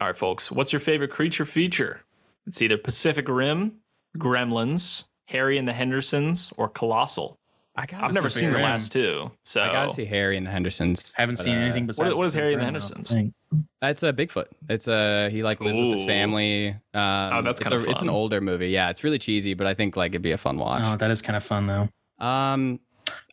All right, folks. What's your favorite creature feature? It's either Pacific Rim, Gremlins, Harry and the Hendersons, or Colossal.
I got.
I've never seen the
Rim.
last two, so
I gotta see Harry and the Hendersons.
Haven't
But,
seen
uh,
anything besides.
what is
the
Harry and the
Brown, I don't
Hendersons?
think.
That's a uh, Bigfoot. It's uh, he like lives with his
Ooh. Oh,
family. Um, it's
that's kinda
a- It's an
fun.
older movie. Yeah, it's really cheesy, but I think like it'd be a fun
Oh,
watch.
that is kind of fun though.
Um,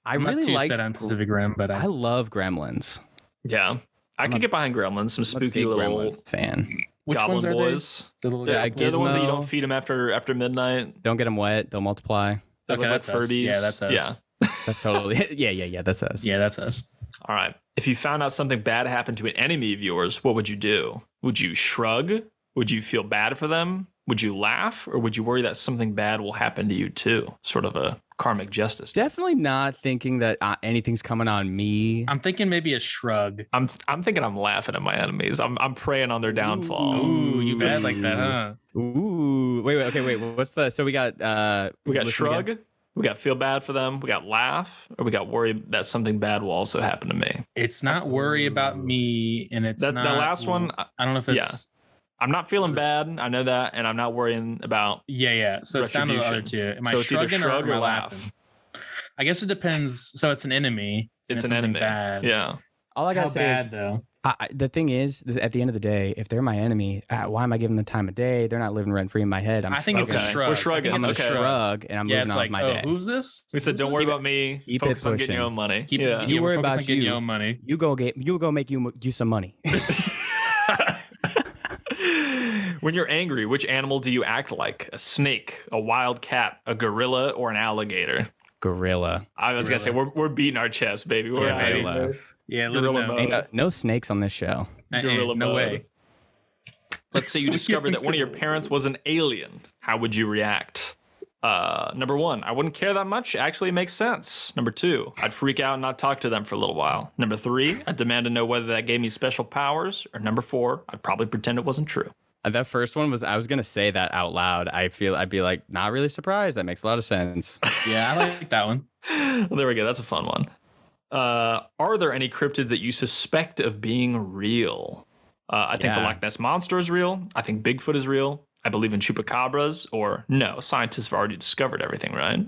I
I'm not
really
too
like.
set on Pacific Rim, but I,
I love Gremlins.
yeah, I
I'm
could
a-
get behind Gremlins, some
I'm a
spooky
big
little
Gremlins fan.
which
goblin
ones are
boys.
they? The little
They're,
Yeah,
guy.
they're the ones that you don't
Gizmo.
feed them after after midnight.
Don't get them wet. They'll multiply.
They
Okay,
look like
that's us.
Furbies.
Yeah, that's us.
Yeah.
That's totally. *laughs* yeah, yeah, yeah. That's us.
Yeah, that's us.
All right. If you found out something bad happened to an enemy of yours, what would you do? Would you shrug? Would you feel bad for them? Would you laugh? Or would you worry that something bad will happen to you too? Sort of a karmic justice.
Definitely not thinking that uh, anything's coming on me.
I'm thinking maybe a shrug.
I'm I'm thinking I'm laughing at my enemies. I'm I'm preying on their downfall.
Ooh, you bad like that,
Ooh.
huh?
Ooh. Wait, wait. Okay, wait. What's the? So we got. uh
We got
listen
shrug.
again.
We got feel bad for them. We got laugh, or we got worry that something bad will also happen to me.
It's not worry about me, and it's
That
not
the last one, I,
I don't know if it's
I'm not feeling bad. I know that, and I'm not worrying about.
yeah, yeah. So it's down to the other two. Am I
So it's either
shrugging
shrug
am I
or laugh.
laughing? I guess it depends. So it's an enemy. and
It's an
something
enemy.
Bad.
Yeah,
All I
How
gotta say
bad
is,
though?
I, I- the thing is, th- at the end of the day, if they're my enemy, uh, why am I giving them the time of day? They're not living rent free in my head. I'm
I think it's a
Okay. We're
shrug.
shrugging.
I think
I'm
it's
a
a
Okay.
shrug.
shrug, and I'm
Yeah,
moving
it's
on
like,
with my
oh,
day.
who's this?
we said
Who's
don't worry
this?
about me.
Keep it
Focus on getting
pushing.
your own money.
Keep,
yeah.
you
You
worry
worry
about
about
getting
you.
your own money.
You go get you go make you mo- you some money.
*laughs*
*laughs*
when you're angry, which animal do you act like? A snake, a wild cat, a gorilla, or an alligator?
Gorilla.
I was gonna say we're, we're beating our chest, baby. We're
Yeah,
out
baby.
here.
Yeah, let
Gorilla
him know.
mode.
Ain't no, no snakes on this show.
Uh-uh,
Gorilla
no
mode.
way.
*laughs*
Let's say you discovered that one of your parents was an alien. How would you react? Uh, number one, I wouldn't care that much. Actually, it makes sense. Number two, I'd freak out and not talk to them for a little while. Number three, I'd demand to know whether that gave me special powers. Or number four, I'd probably pretend it wasn't true.
Uh, That first one was I was gonna say that out loud. I feel I'd be like, not really surprised. That makes a lot of sense.
Yeah, I like that one.
well, *laughs* there we go. That's a fun one. Uh, are there any cryptids that you suspect of being real? Uh, I think the
Yeah.
Loch Ness monster is real. I think Bigfoot is real. I believe in chupacabras, or no, scientists have already discovered everything, right?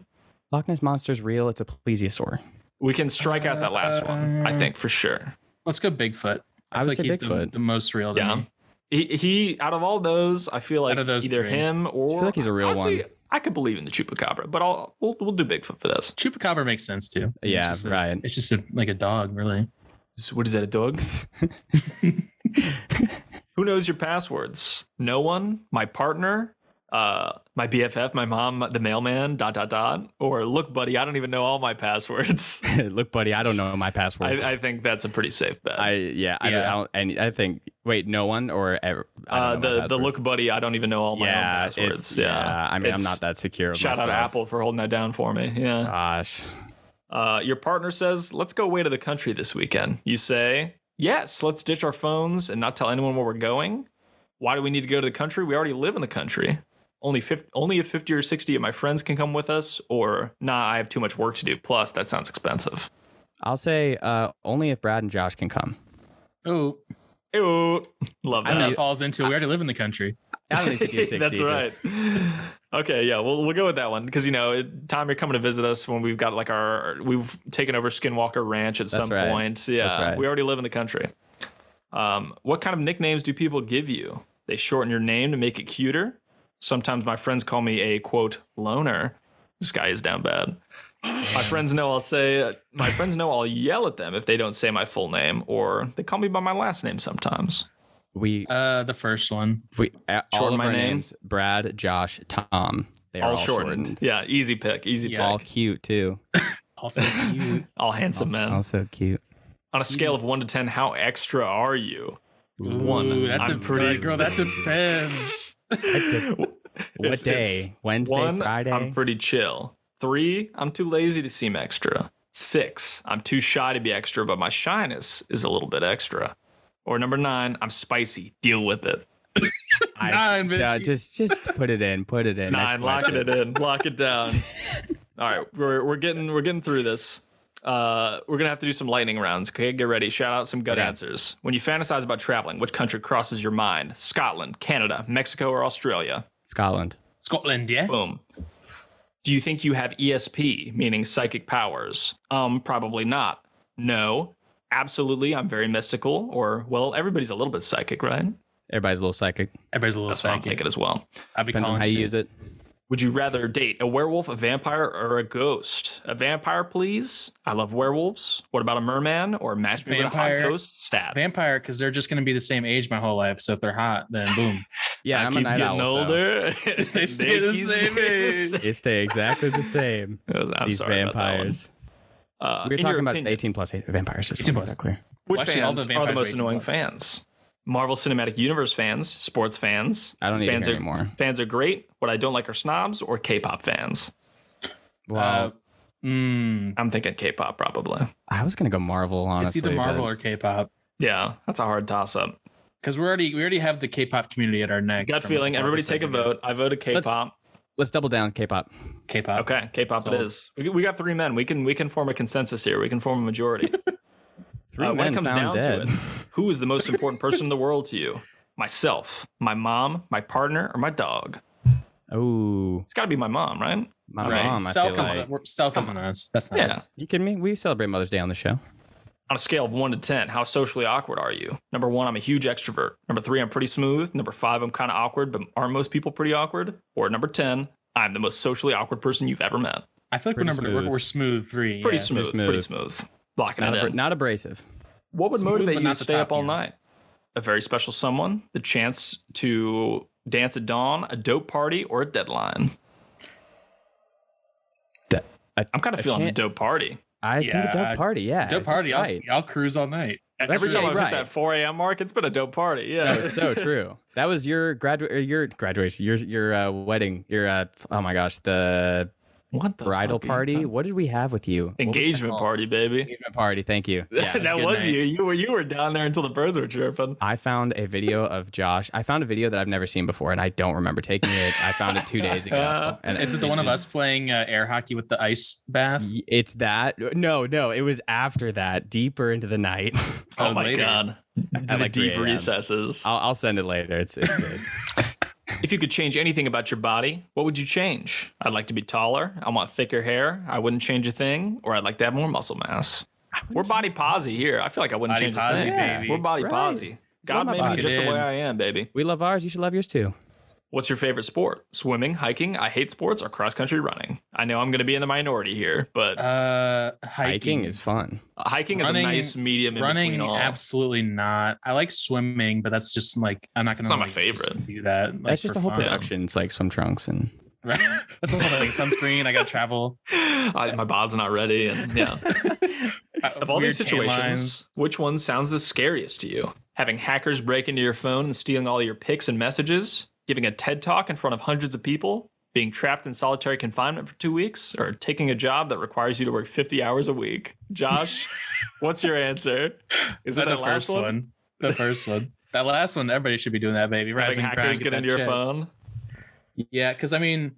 Loch Ness monster's real. It's a plesiosaur.
We can strike out that last one, I think, for sure.
Let's go Bigfoot.
I would
feel
say
he's the-
Bigfoot.
The, most real to
Yeah.
me.
He, he out of all those, I feel like
Out of those
either
three.
him or
like he's a real
honestly,
one.
I could believe in the chupacabra, but I'll we'll, we'll do Bigfoot for this.
Chupacabra makes sense too. It's
Yeah,
just a-
right.
It's just a, like a dog, really.
So What is that, a dog?
*laughs*
Who knows your passwords? No one? My partner? Uh, my BFF? My mom? The mailman? Dot, dot, dot. Or look, buddy, I don't even know all my passwords.
*laughs*
*laughs*
Look, buddy, I don't know my
I,
passwords.
I think that's a pretty safe bet.
I- yeah, I,
Yeah.
I don't, and I think wait, no one or ever. I don't
uh,
know my
the, the
passwords.
look, buddy, I don't even know all my own
Yeah,
passwords.
it's, yeah. I mean, I'm
It's-
not that secure. Of
Shout
my
out to
stuff.
Apple for holding that down for me. Yeah.
Gosh,
Uh, your partner says, let's go away to the country this weekend. You say, yes, let's ditch our phones and not tell anyone where we're going. Why do we need to go to the country? We already live in the country. Only 50, only if 50 or 60 of my friends can come with us, or nah, I have too much work to do. Plus, that sounds expensive.
I'll say uh, only if Brad and Josh can come.
Oh,
Ew. *laughs* Love
and
that.
that falls into we already live in the country.
I don't think you're 60.
*laughs* *laughs* That's
just-
right. Okay, yeah, we'll we'll go with that one because you know, it, Tom, you're coming to visit us when we've got like our we've taken over Skinwalker Ranch at some
right.
point. Yeah,
right.
we already live in the country. Um, what kind of nicknames do people give you? They shorten your name to make it cuter. Sometimes my friends call me a quote loner. This guy is down bad. My friends know I'll say my friends know I'll yell at them if they don't say my full name, or they call me by my last name sometimes.
We
Uh, the first one.
we uh, all
shorten
of
my
our
name.
names: Brad, Josh, Tom. They are all, shortened.
Yeah, easy pick, easy
Yeah.
All cute too.
Also, cute.
pick. All handsome
Also,
men.
also cute.
On a scale of one to ten, how extra are you? One.
*laughs* Ooh, that's
I'm
a
pretty-
girl. That depends.
What
*laughs* It's-
day?
it's
Wednesday,
One,
Friday.
I'm pretty chill. Three, I'm too lazy to seem extra. Six, I'm too shy to be extra, but my shyness is a little bit extra. Or number nine, I'm spicy. Deal with it.
*laughs* I-
Nine, bitch.
uh, just
*laughs*
just put it in. Put it in. Next
Nine, locking
question.
it in, lock it down. All right, we're we're getting we're getting through this. Uh, we're gonna have to do some lightning rounds. Okay, get ready. Shout out some good answers. When you fantasize about traveling, which country crosses your mind? Scotland, Canada, Mexico, or Australia?
Scotland.
Scotland, yeah.
Boom. Do you think you have ESP, meaning psychic powers? Um, probably not. No. Absolutely, I'm very mystical, or, well, everybody's a little bit psychic, right?
Everybody's a little psychic.
Everybody's a little
That's what I'm
psychic.
thinking as well.
I'd be
Depends on
calling
how you
shit.
use it.
Would you rather date a werewolf, a vampire, or a ghost? A vampire, please. I love werewolves. What about a merman or a match made with a hot
Vampire.
ghost? Stab.
vampire because they're just going to be the same age my whole life. So if they're hot, then boom.
Yeah,
I
am
keep
a night owl,
getting
so *laughs*
older. *laughs*
They stay the
keep
same
staying the
They stay exactly the same.
same. *laughs* I'm
These
sorry about that one.
vampires.
Uh,
we were
in your
talking about
opinion-
18 plus eight vampires. just wanna
18
make
plus.
that clear.
Which
Well, actually, all
fans are
the
the
vampires
most
are
annoying fans? Marvel Cinematic Universe fans, sports fans.
I don't need to
fans
hear
are,
anymore.
Fans are great. What I don't like are snobs or K-pop fans.
Well,
Uh, mm,
I'm thinking K-pop probably.
I was gonna go Marvel.
it's
Honestly,
either Marvel
but
or K-pop
Yeah, that's a hard toss-up.
because we're already we already have the K-pop community at our necks.
Gut
from
feeling.
all
Everybody
the
take a
segment.
vote. I voted K-pop.
let's double down K-pop.
K-pop.
okay, K-pop
Sold.
it is. We, we got three men. We can we can form a consensus here. We can form a *laughs* majority.
Three
Uh, when it
men
comes
found
down to
dead.
it, who is the most important person in the world to you? Myself, my mom, my partner, or my dog?
*laughs* Ooh,
It's got to be my mom, right?
my
All right.
mom. Um, I
self
feel
is
like.
we're- self isn't us. That's not
Yeah.
us.
You kidding me? We celebrate Mother's Day on the show.
on a scale of one to 10, how socially awkward are you? Number one, I'm a huge extrovert. Number three, I'm pretty smooth. Number five, I'm kind of awkward, but aren't most people pretty awkward? Or number 10, I'm the most socially awkward person you've ever met.
I feel like we're
Pretty
number we're,
smooth.
we're smooth three.
Pretty
yeah.
smooth,
smooth.
pretty smooth. Locking
Not,
it
abra-
in.
not abrasive.
what would
smooth,
motivate
but
you to
not the
stay
top,
up all
yeah.
night? A very special someone, the chance to dance at dawn, a dope party, or a deadline.
I,
I'm kind of
A
feeling
chan-
the dope party.
I think a
Yeah.
dope party. Yeah,
Dope
that's
party. I'll-
Right.
I'll, cruise all night.
That's
Every time
really
I've
right.
hit that 4 a.m. mark, it's been a dope party.
No,
Yeah.
it's so true. That was your graduate, your graduation, your your uh, wedding, your uh, f- oh my gosh, the
what the
bridal
fuck are you
party.
talking-
What did we have with you? What was that
Engagement
called?
party, baby.
Engagement party. Thank you.
*laughs*
Yeah,
that
good
was
night.
you. You were you were down there until the birds were chirping.
I found a video of Josh. I found a video that I've never seen before, and I don't remember taking it. I found it two days
*laughs*
ago. And
Is it the one of us
just-
playing uh, air hockey with the ice bath?
Y- It's that. No, no, it was after that, deeper into the night. *laughs*
Oh,
Oh,
my
later.
god. The
like 3
deep
a.m..
recesses.
*laughs*
I'll, I'll send it later. It's it's good.
If you could change anything about your body, what would you change? I'd like to be taller. I want thicker hair. I wouldn't change a thing. Or I'd like to have more muscle mass. We're body posy here. I feel like I wouldn't
Body
change
posy,
a thing.
baby.
We're body
Right.
posy. God
Love my
made me
body.
just the
Dude.
way I am, baby.
We love ours. You should love yours too.
What's your favorite sport? Swimming, hiking. I hate sports or cross country running. I know I'm going to be in the minority here, but
Uh,
Hiking,
hiking,
is fun.
hiking is
running-
a nice medium in
running.
between all.
Absolutely not. I like swimming, but that's just like I'm not gonna.
It's not my
like, just
favorite.
Do that. like,
That's just
for
a whole
fun.
production. It's like swim trunks and
*laughs* that's a whole like sunscreen. I got to travel.
*laughs* I, my bod's not ready, and yeah. Of all these situations, which one sounds the scariest to you? Having hackers break into your phone and stealing all your pics and messages, giving a TED talk in front of hundreds of people, being trapped in solitary confinement for two weeks, or taking a job that requires you to work 50 hours a week?
*laughs*
Josh, what's your answer?
is
that
that the
the last
first one? The first one. *laughs* That last one, everybody should be doing that, baby. Rise
Having
and grind,
hackers get
that
into your
check.
phone,
Yeah, because I mean,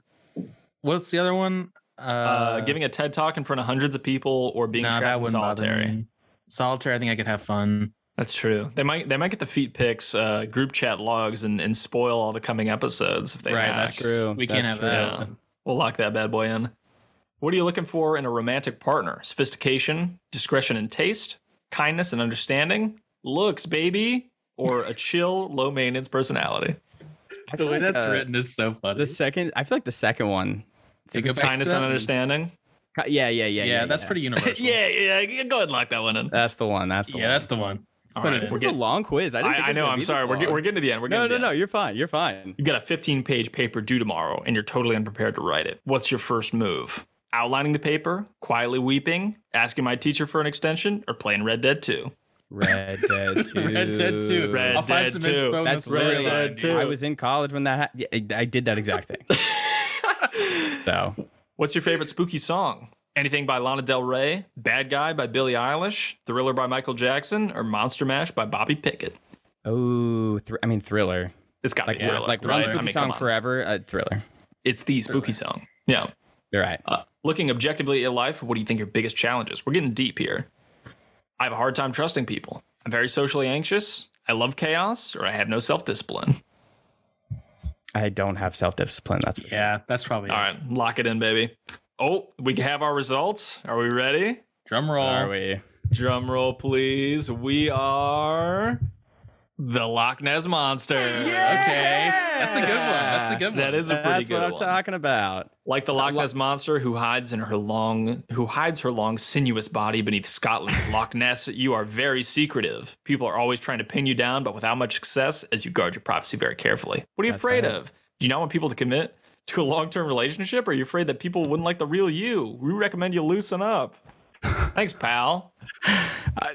what's the other one? Uh,
uh, giving a TED talk in front of hundreds of people, or being
nah, that
trapped in
wouldn't bother
solitary.
me. Solitary, I think I could have fun.
That's true. They might they might get the feet pics, uh, group chat logs, and, and spoil all the coming episodes if they
right,
hack.
that's
True,
true. We can't
that's
have
true.
that.
Um, We'll lock that bad boy in. What are you looking for in a romantic partner? Sophistication, discretion and taste, kindness and understanding, looks, baby, or a chill, low maintenance personality?
I
The
feel
way
like,
that's
uh,
written is so funny.
The second, I feel like the second one.
So go back to
kindness
that
and
one.
understanding?
Ki- Yeah, yeah, yeah.
Yeah, that's *laughs* pretty universal.
Yeah, yeah, yeah, go ahead and lock that one in.
That's the one. That's the
yeah,
one.
that's the one.
All
Put
right,
it
This
in.
we're
is a
getting,
long quiz. I, didn't think
I,
it
I
was
know,
gonna
I'm
be
sorry.
this
We're, get,
long.
we're getting to the end. We're getting
no,
to
no,
the
no.
end.
You're fine. You're fine.
You've got a 15 page paper due tomorrow and you're totally unprepared to write it. What's your first move? Outlining the paper, quietly weeping, asking my teacher for an extension, or playing Red Dead 2?
*laughs* Red Dead Two.
Red Dead 2.
Red
I'll find
Dead
some
2.
inspo.
That's
Red
literally.
Dead
Dead
2.
I was in college when that. Ha- yeah, I did that exact thing. so
What's your favorite spooky song? Anything by Lana Del Rey, Bad Guy by Billie Eilish, Thriller by Michael Jackson, or Monster Mash by Bobby Pickett?
Oh, thr- I mean thriller.
It's got to
Like
be Thriller.
like one
right?
spooky
I mean, come
song
on.
forever. Uh, thriller.
It's the spooky song. Yeah.
You're right.
Uh, looking objectively at your life, what do you think your biggest challenges? We're getting deep here. I have a hard time trusting people. I'm very socially anxious. I love chaos, or I have no self discipline.
I don't have self discipline. That's for
Yeah, that's probably
All
it.
right, lock it in, baby. Oh, we have our results. Are we ready?
Drum
Sure.
roll.
Are we?
Drum roll, please. We are the Loch Ness Monster.
Okay, that's a good one. That's a good one.
That is a pretty
That's
good
what I'm
one.
talking about.
like the Loch Ness monster who hides in her long who hides her long sinuous body
*laughs*
beneath Scotland's Loch Ness, you are very secretive. People are always trying to pin you down, but without much success as you guard your privacy very carefully. What are you afraid of? Do you not want people to commit to a long-term relationship? Or are you afraid that people wouldn't like the real you? We recommend you
*laughs*
loosen up. Thanks, pal.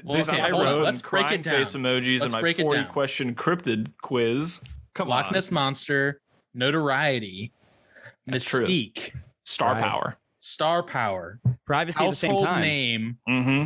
Well,
This
okay,
I
hold on.
wrote-
Let's break it down.
Face emojis
Let's
and my
break it down.
forty-question cryptid quiz. Come
Loch
on,
Ness monster, notoriety,
That's true.
mystique,
star
Right.
power.
star power,
Privacy at the same
household
time.
name.
hmm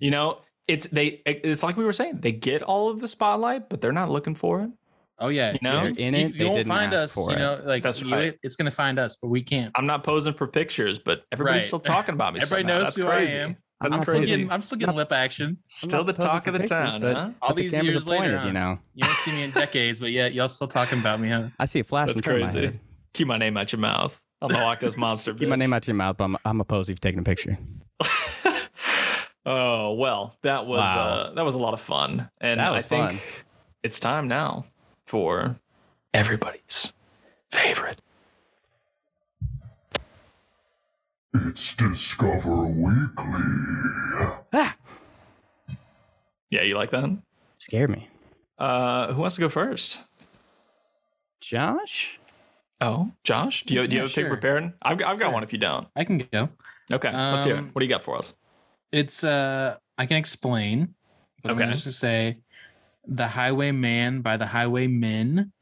You know, it's they. It's like we were saying, they get all of the spotlight, but they're not looking for it.
Oh yeah,
You know?
you're-
They're
in
you-
it,
You,
they
won't
didn't
find
ask
us.
for
you
it.
know, like
That's
you-
right.
it's gonna find us, but we can't.
I'm not posing for pictures, but everybody's
Right.
still talking about me.
*laughs* Everybody
somehow.
knows
That's
who I
crazy.
am.
That's
I'm still
crazy.
getting, I'm still getting lip action.
Still
I'm
the
not posing
talk
for
of the
pictures,
town,
but-
huh?
All
but the
these
cameras
years
are pointed,
later, huh?
you know.
You haven't seen me in decades, but yet y'all still talking about me, huh?
I see a flash.
That's
in front of my
crazy.
head.
Keep my name out your mouth. I'm the Loch
*laughs*
Ness monster.
Keep my
bitch.
name out your mouth, but I'm, I'm opposed if you're taking a picture.
*laughs* Oh well, that was
Wow.
uh, that was a lot of fun, and
That was
I think
fun.
it's time now for everybody's favorite.
It's Discover Weekly.
Ah,
Yeah, you like that?
scared me.
Uh, who wants to go first?
Josh?
Oh, Josh, do you, do you
Yeah,
have a pick
sure.
prepared? I've, got- I've got one if you don't.
I can go.
Okay, let's hear it.
Um,
What do you got for us?
It's uh, I can explain. But
Okay.
I'm just to say, the Highwayman by the Highwaymen.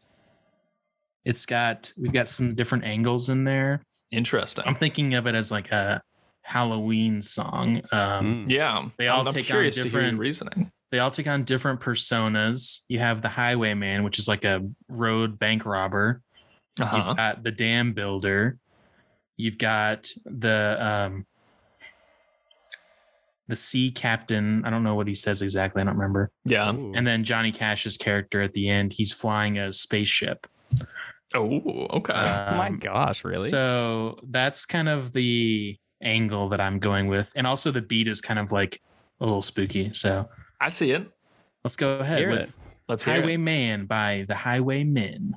It's got we've got some different angles in there.
Interesting.
I'm thinking of it as like a Halloween song. Um,
Mm.
yeah,
They
I'm-
all
I'm
take on
curious to hear your
different-
reasoning.
they all take on different personas. You have the highwayman, which is like a road bank robber.
Uh
Uh-huh.
huh.
You've got the dam builder. You've got the um the sea captain. I don't know what he says exactly. I don't remember.
Yeah.
Ooh.
And then Johnny Cash's character at the end, he's flying a spaceship.
Oh, okay.
oh *laughs* my
Um,
gosh, really?
So that's kind of the angle that I'm going with. And also the beat is kind of like a little spooky. So
I see it.
let's go
Let's
ahead
hear
with
Let's hear it.
Highwayman by the Highwaymen.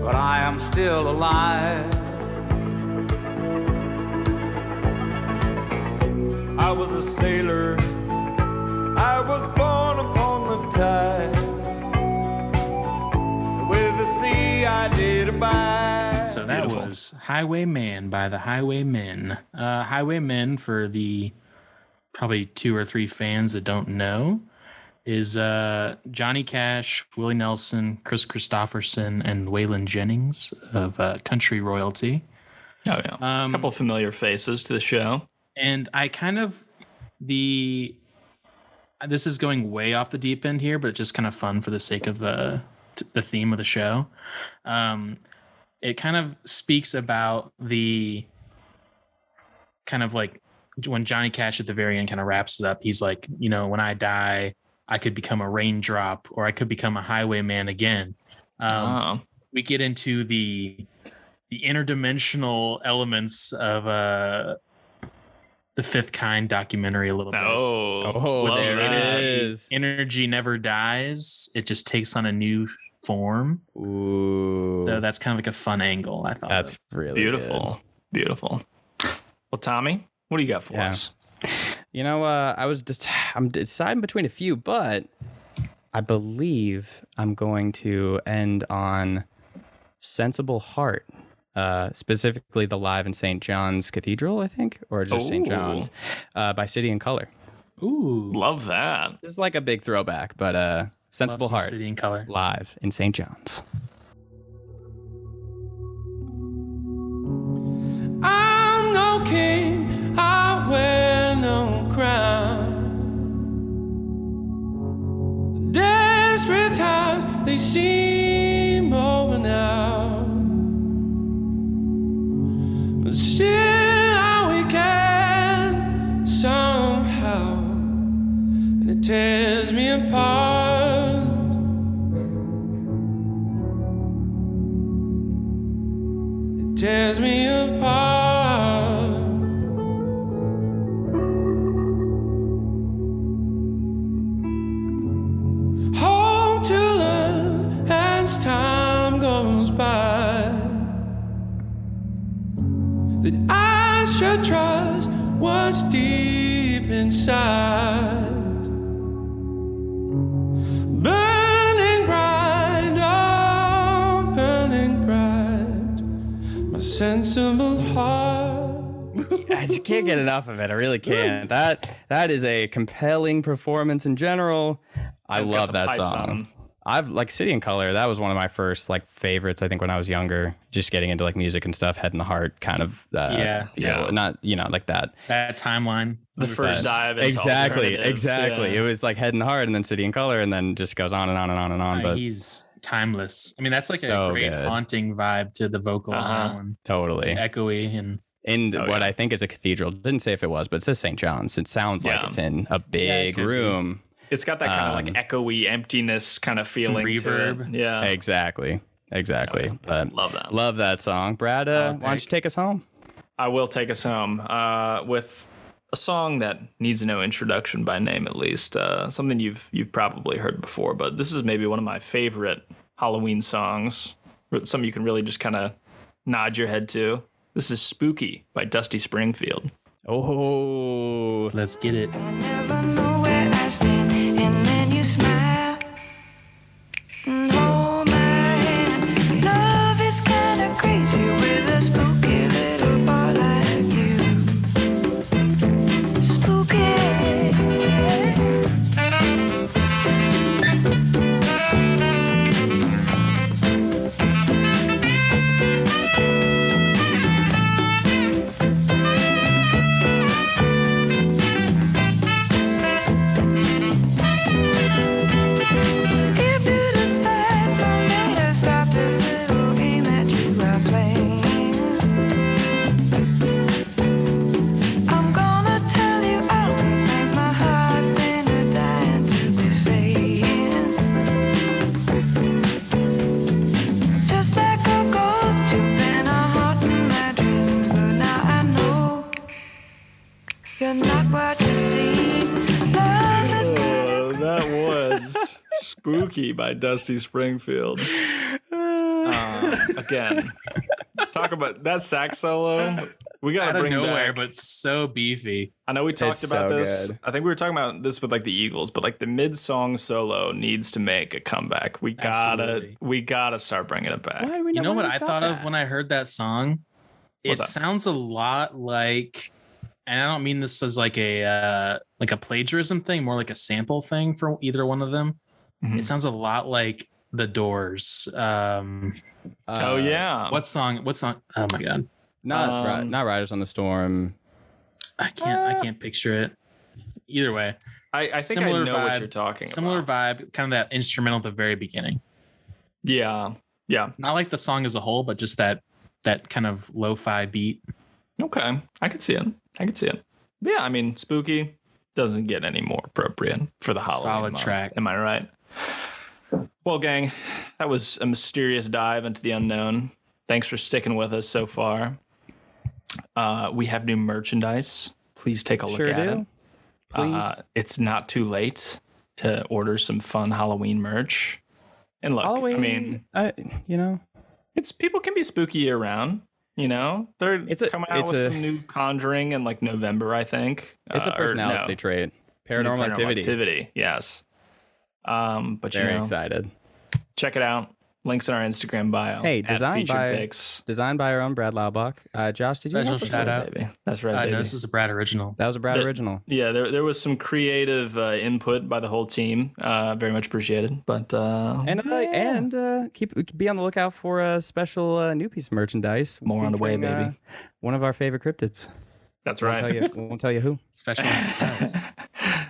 but I am still alive.
I was a sailor. I was born upon the tide. With the sea I did abide.
So that
Beautiful.
was Highwayman by the Highwaymen. Uh, Highwaymen, for the probably two or three fans that don't know, is uh, Johnny Cash, Willie Nelson, Chris Christopherson, and Waylon Jennings of uh, country royalty.
Oh yeah. a
Um,
couple familiar faces to the show.
and I kind of the this is going way off the deep end here, but just kind of fun for the sake of the the theme of the show. Um, it kind of speaks about the kind of like when Johnny Cash at the very end kind of wraps it up. He's like, you know, when I die, I could become a raindrop, or I could become a highwayman again. Um,
oh.
we get into the the interdimensional elements of uh the fifth kind documentary a little bit.
Oh,
oh,
love
there
that.
it is.
Energy never dies. It just takes on a new form.
Ooh,
So that's kind of like a fun angle, I thought.
that's really good.
Beautiful. Beautiful. Well, Tommy, what do you got for
Yeah.
us?
You know, uh, I was just *sighs* I'm deciding between a few, but I believe I'm going to end on Sensible Heart, uh, specifically the live in St. John's Cathedral, I think, or just St.
Ooh.
John's uh, by City and Color.
Ooh.
Love that.
This is like a big throwback, but uh, Sensible
Love some
Heart
City and color.
live in St. John's.
I'm no king, I wear no crown. Desperate times, they seem over now. But still, I we can somehow. And it tears me apart. tears me apart. Hope to learn as time goes by that I should trust what's deep inside. Burning bright, oh, burning bright my sensible heart.
*laughs* I just can't get enough of it. I really can't. That that is a compelling performance in general. I
It's got
love
some
that
pipes on
song.
them.
I've like City and Color. That was one of my first like favorites. I think when I was younger, just getting into like music and stuff, head in the heart kind of. Uh,
Yeah.
feel.
Yeah.
Not you know like that.
That timeline.
The
We were
first
talking-
dive. Into
Exactly.
alternative.
Exactly.
Yeah.
It was like head and heart, and then City and Color, and then just goes on and on and on and on.
Uh,
But
he's timeless. I mean, that's like
So
a great
good.
haunting vibe to the vocal on
Uh-huh.
that one.
totally
Echoey and
in
Oh,
what
yeah.
I think is a cathedral. Didn't say if it was, but it says St. John's. It sounds like
Yeah.
it's in a
it
big
could be.
room.
It's got that kind
Um,
of like echoey emptiness kind of feeling. To
reverb.
it. Yeah.
Exactly. Exactly. But
Love that.
love that song. Brad, uh, why don't you take us home?
I will take us home uh, with a song that needs no introduction by name, at least. Uh, something you've you've probably heard before, but this is maybe one of my favorite Halloween songs. Some you can really just kind of nod your head to. This is "Spooky" by Dusty Springfield.
Oh,
let's get it.
I never know where I stand, and then you smile and hold my hand. Love is kind of crazy with a spooky little boy like you. Spooky.
*laughs* Spooky by Dusty Springfield. Uh, again, talk about that sax solo. We
out
gotta
of
bring
nowhere,
back.
but so beefy.
I know we talked
It's
about
so
this.
good.
I think we were talking about this with like the Eagles, but like the mid-song solo needs to make a comeback. We gotta,
Absolutely.
we gotta start bringing it back.
do we
You know
why
what
do we
I
stop
thought
that?
of when I heard that song?
What's
it
that?
sounds a lot like, and I don't mean this as like a uh, like a plagiarism thing, more like a sample thing for either one of them.
Mhm.
It sounds a lot like The Doors. Um,
oh
Uh,
yeah,
what song? What song? Oh my god,
Not Ri-
Um,
not Riders on the Storm.
I can't I can't picture it. Either way,
I, I think I know
similar
what
vibe-
you're talking
similar
about.
vibe, kind of that instrumental at the very beginning.
Yeah, yeah.
Not like the song as a whole, but just that that kind of lo-fi beat.
Okay, I could see it. I could see it. Yeah, I mean, spooky doesn't get any more appropriate for the Halloween.
Solid
month.
track.
Am I right? Well, gang, that was a mysterious dive into the unknown. Thanks for sticking with us so far. Uh, we have new merchandise. Please take a look
Sure
at
do.
it. Uh, it's not too late to order some fun Halloween merch. And look,
Halloween.
I mean,
I, you know,
it's people can be spooky year round. You know, they're
It's a-
coming out
it's
with
a-
some new Conjuring in like November, I think.
it's a
Uh, or
personality
no,
trait.
some new
Paranormal, activity.
Yes. Um, but
Very
you know,
excited.
check it out. Links in our Instagram bio.
Hey,
at
designed
featured
by-
pics.
Designed by our own Brad Laubach. Uh, Josh, did you
Special
help us
shout
with-
out.
baby. That's right,
I
Oh, baby.
know this is a Brad original.
*laughs* That was a Brad
The-
original.
yeah, there, there was some creative uh, input by the whole team. Uh, very much appreciated. But uh,
And uh, and uh, keep be on the lookout for a special uh, new piece of merchandise.
More on the way,
featuring,
baby.
uh, one of our favorite cryptids.
that's
Won't
right.
tell you. Won't tell you who.
Special surprise.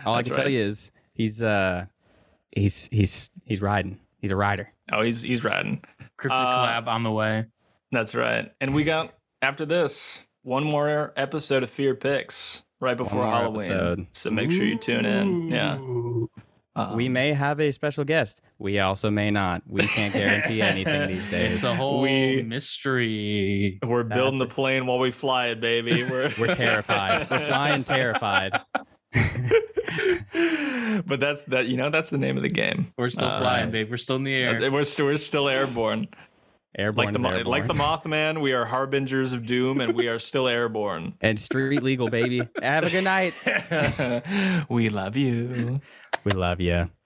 All I
That's
can
right.
tell you is he's uh he's he's he's riding. He's a rider.
Oh, he's he's riding.
Cryptic
Uh,
collab on the way.
That's right. And we got after this one more episode of Fear Picks right before
more
Halloween.
episode.
So make sure you tune in. Yeah. Um,
we may have a special guest. We also may not. We can't
*laughs*
guarantee anything these days. *laughs*
It's a whole
We-
mystery.
we're building the plane while we fly it, baby. We're
We're terrified.
*laughs*
We're flying terrified.
but that's that. You know, that's the name of the game.
We're still
Uh,
flying, babe. We're still in the air.
We're still we're still airborne.
Airborne
Like the
is
Mo-
airborne.
like the Mothman, we are harbingers of doom, and we are still airborne. *laughs*
and street legal, baby. Have a good night.
we love you.
We love you.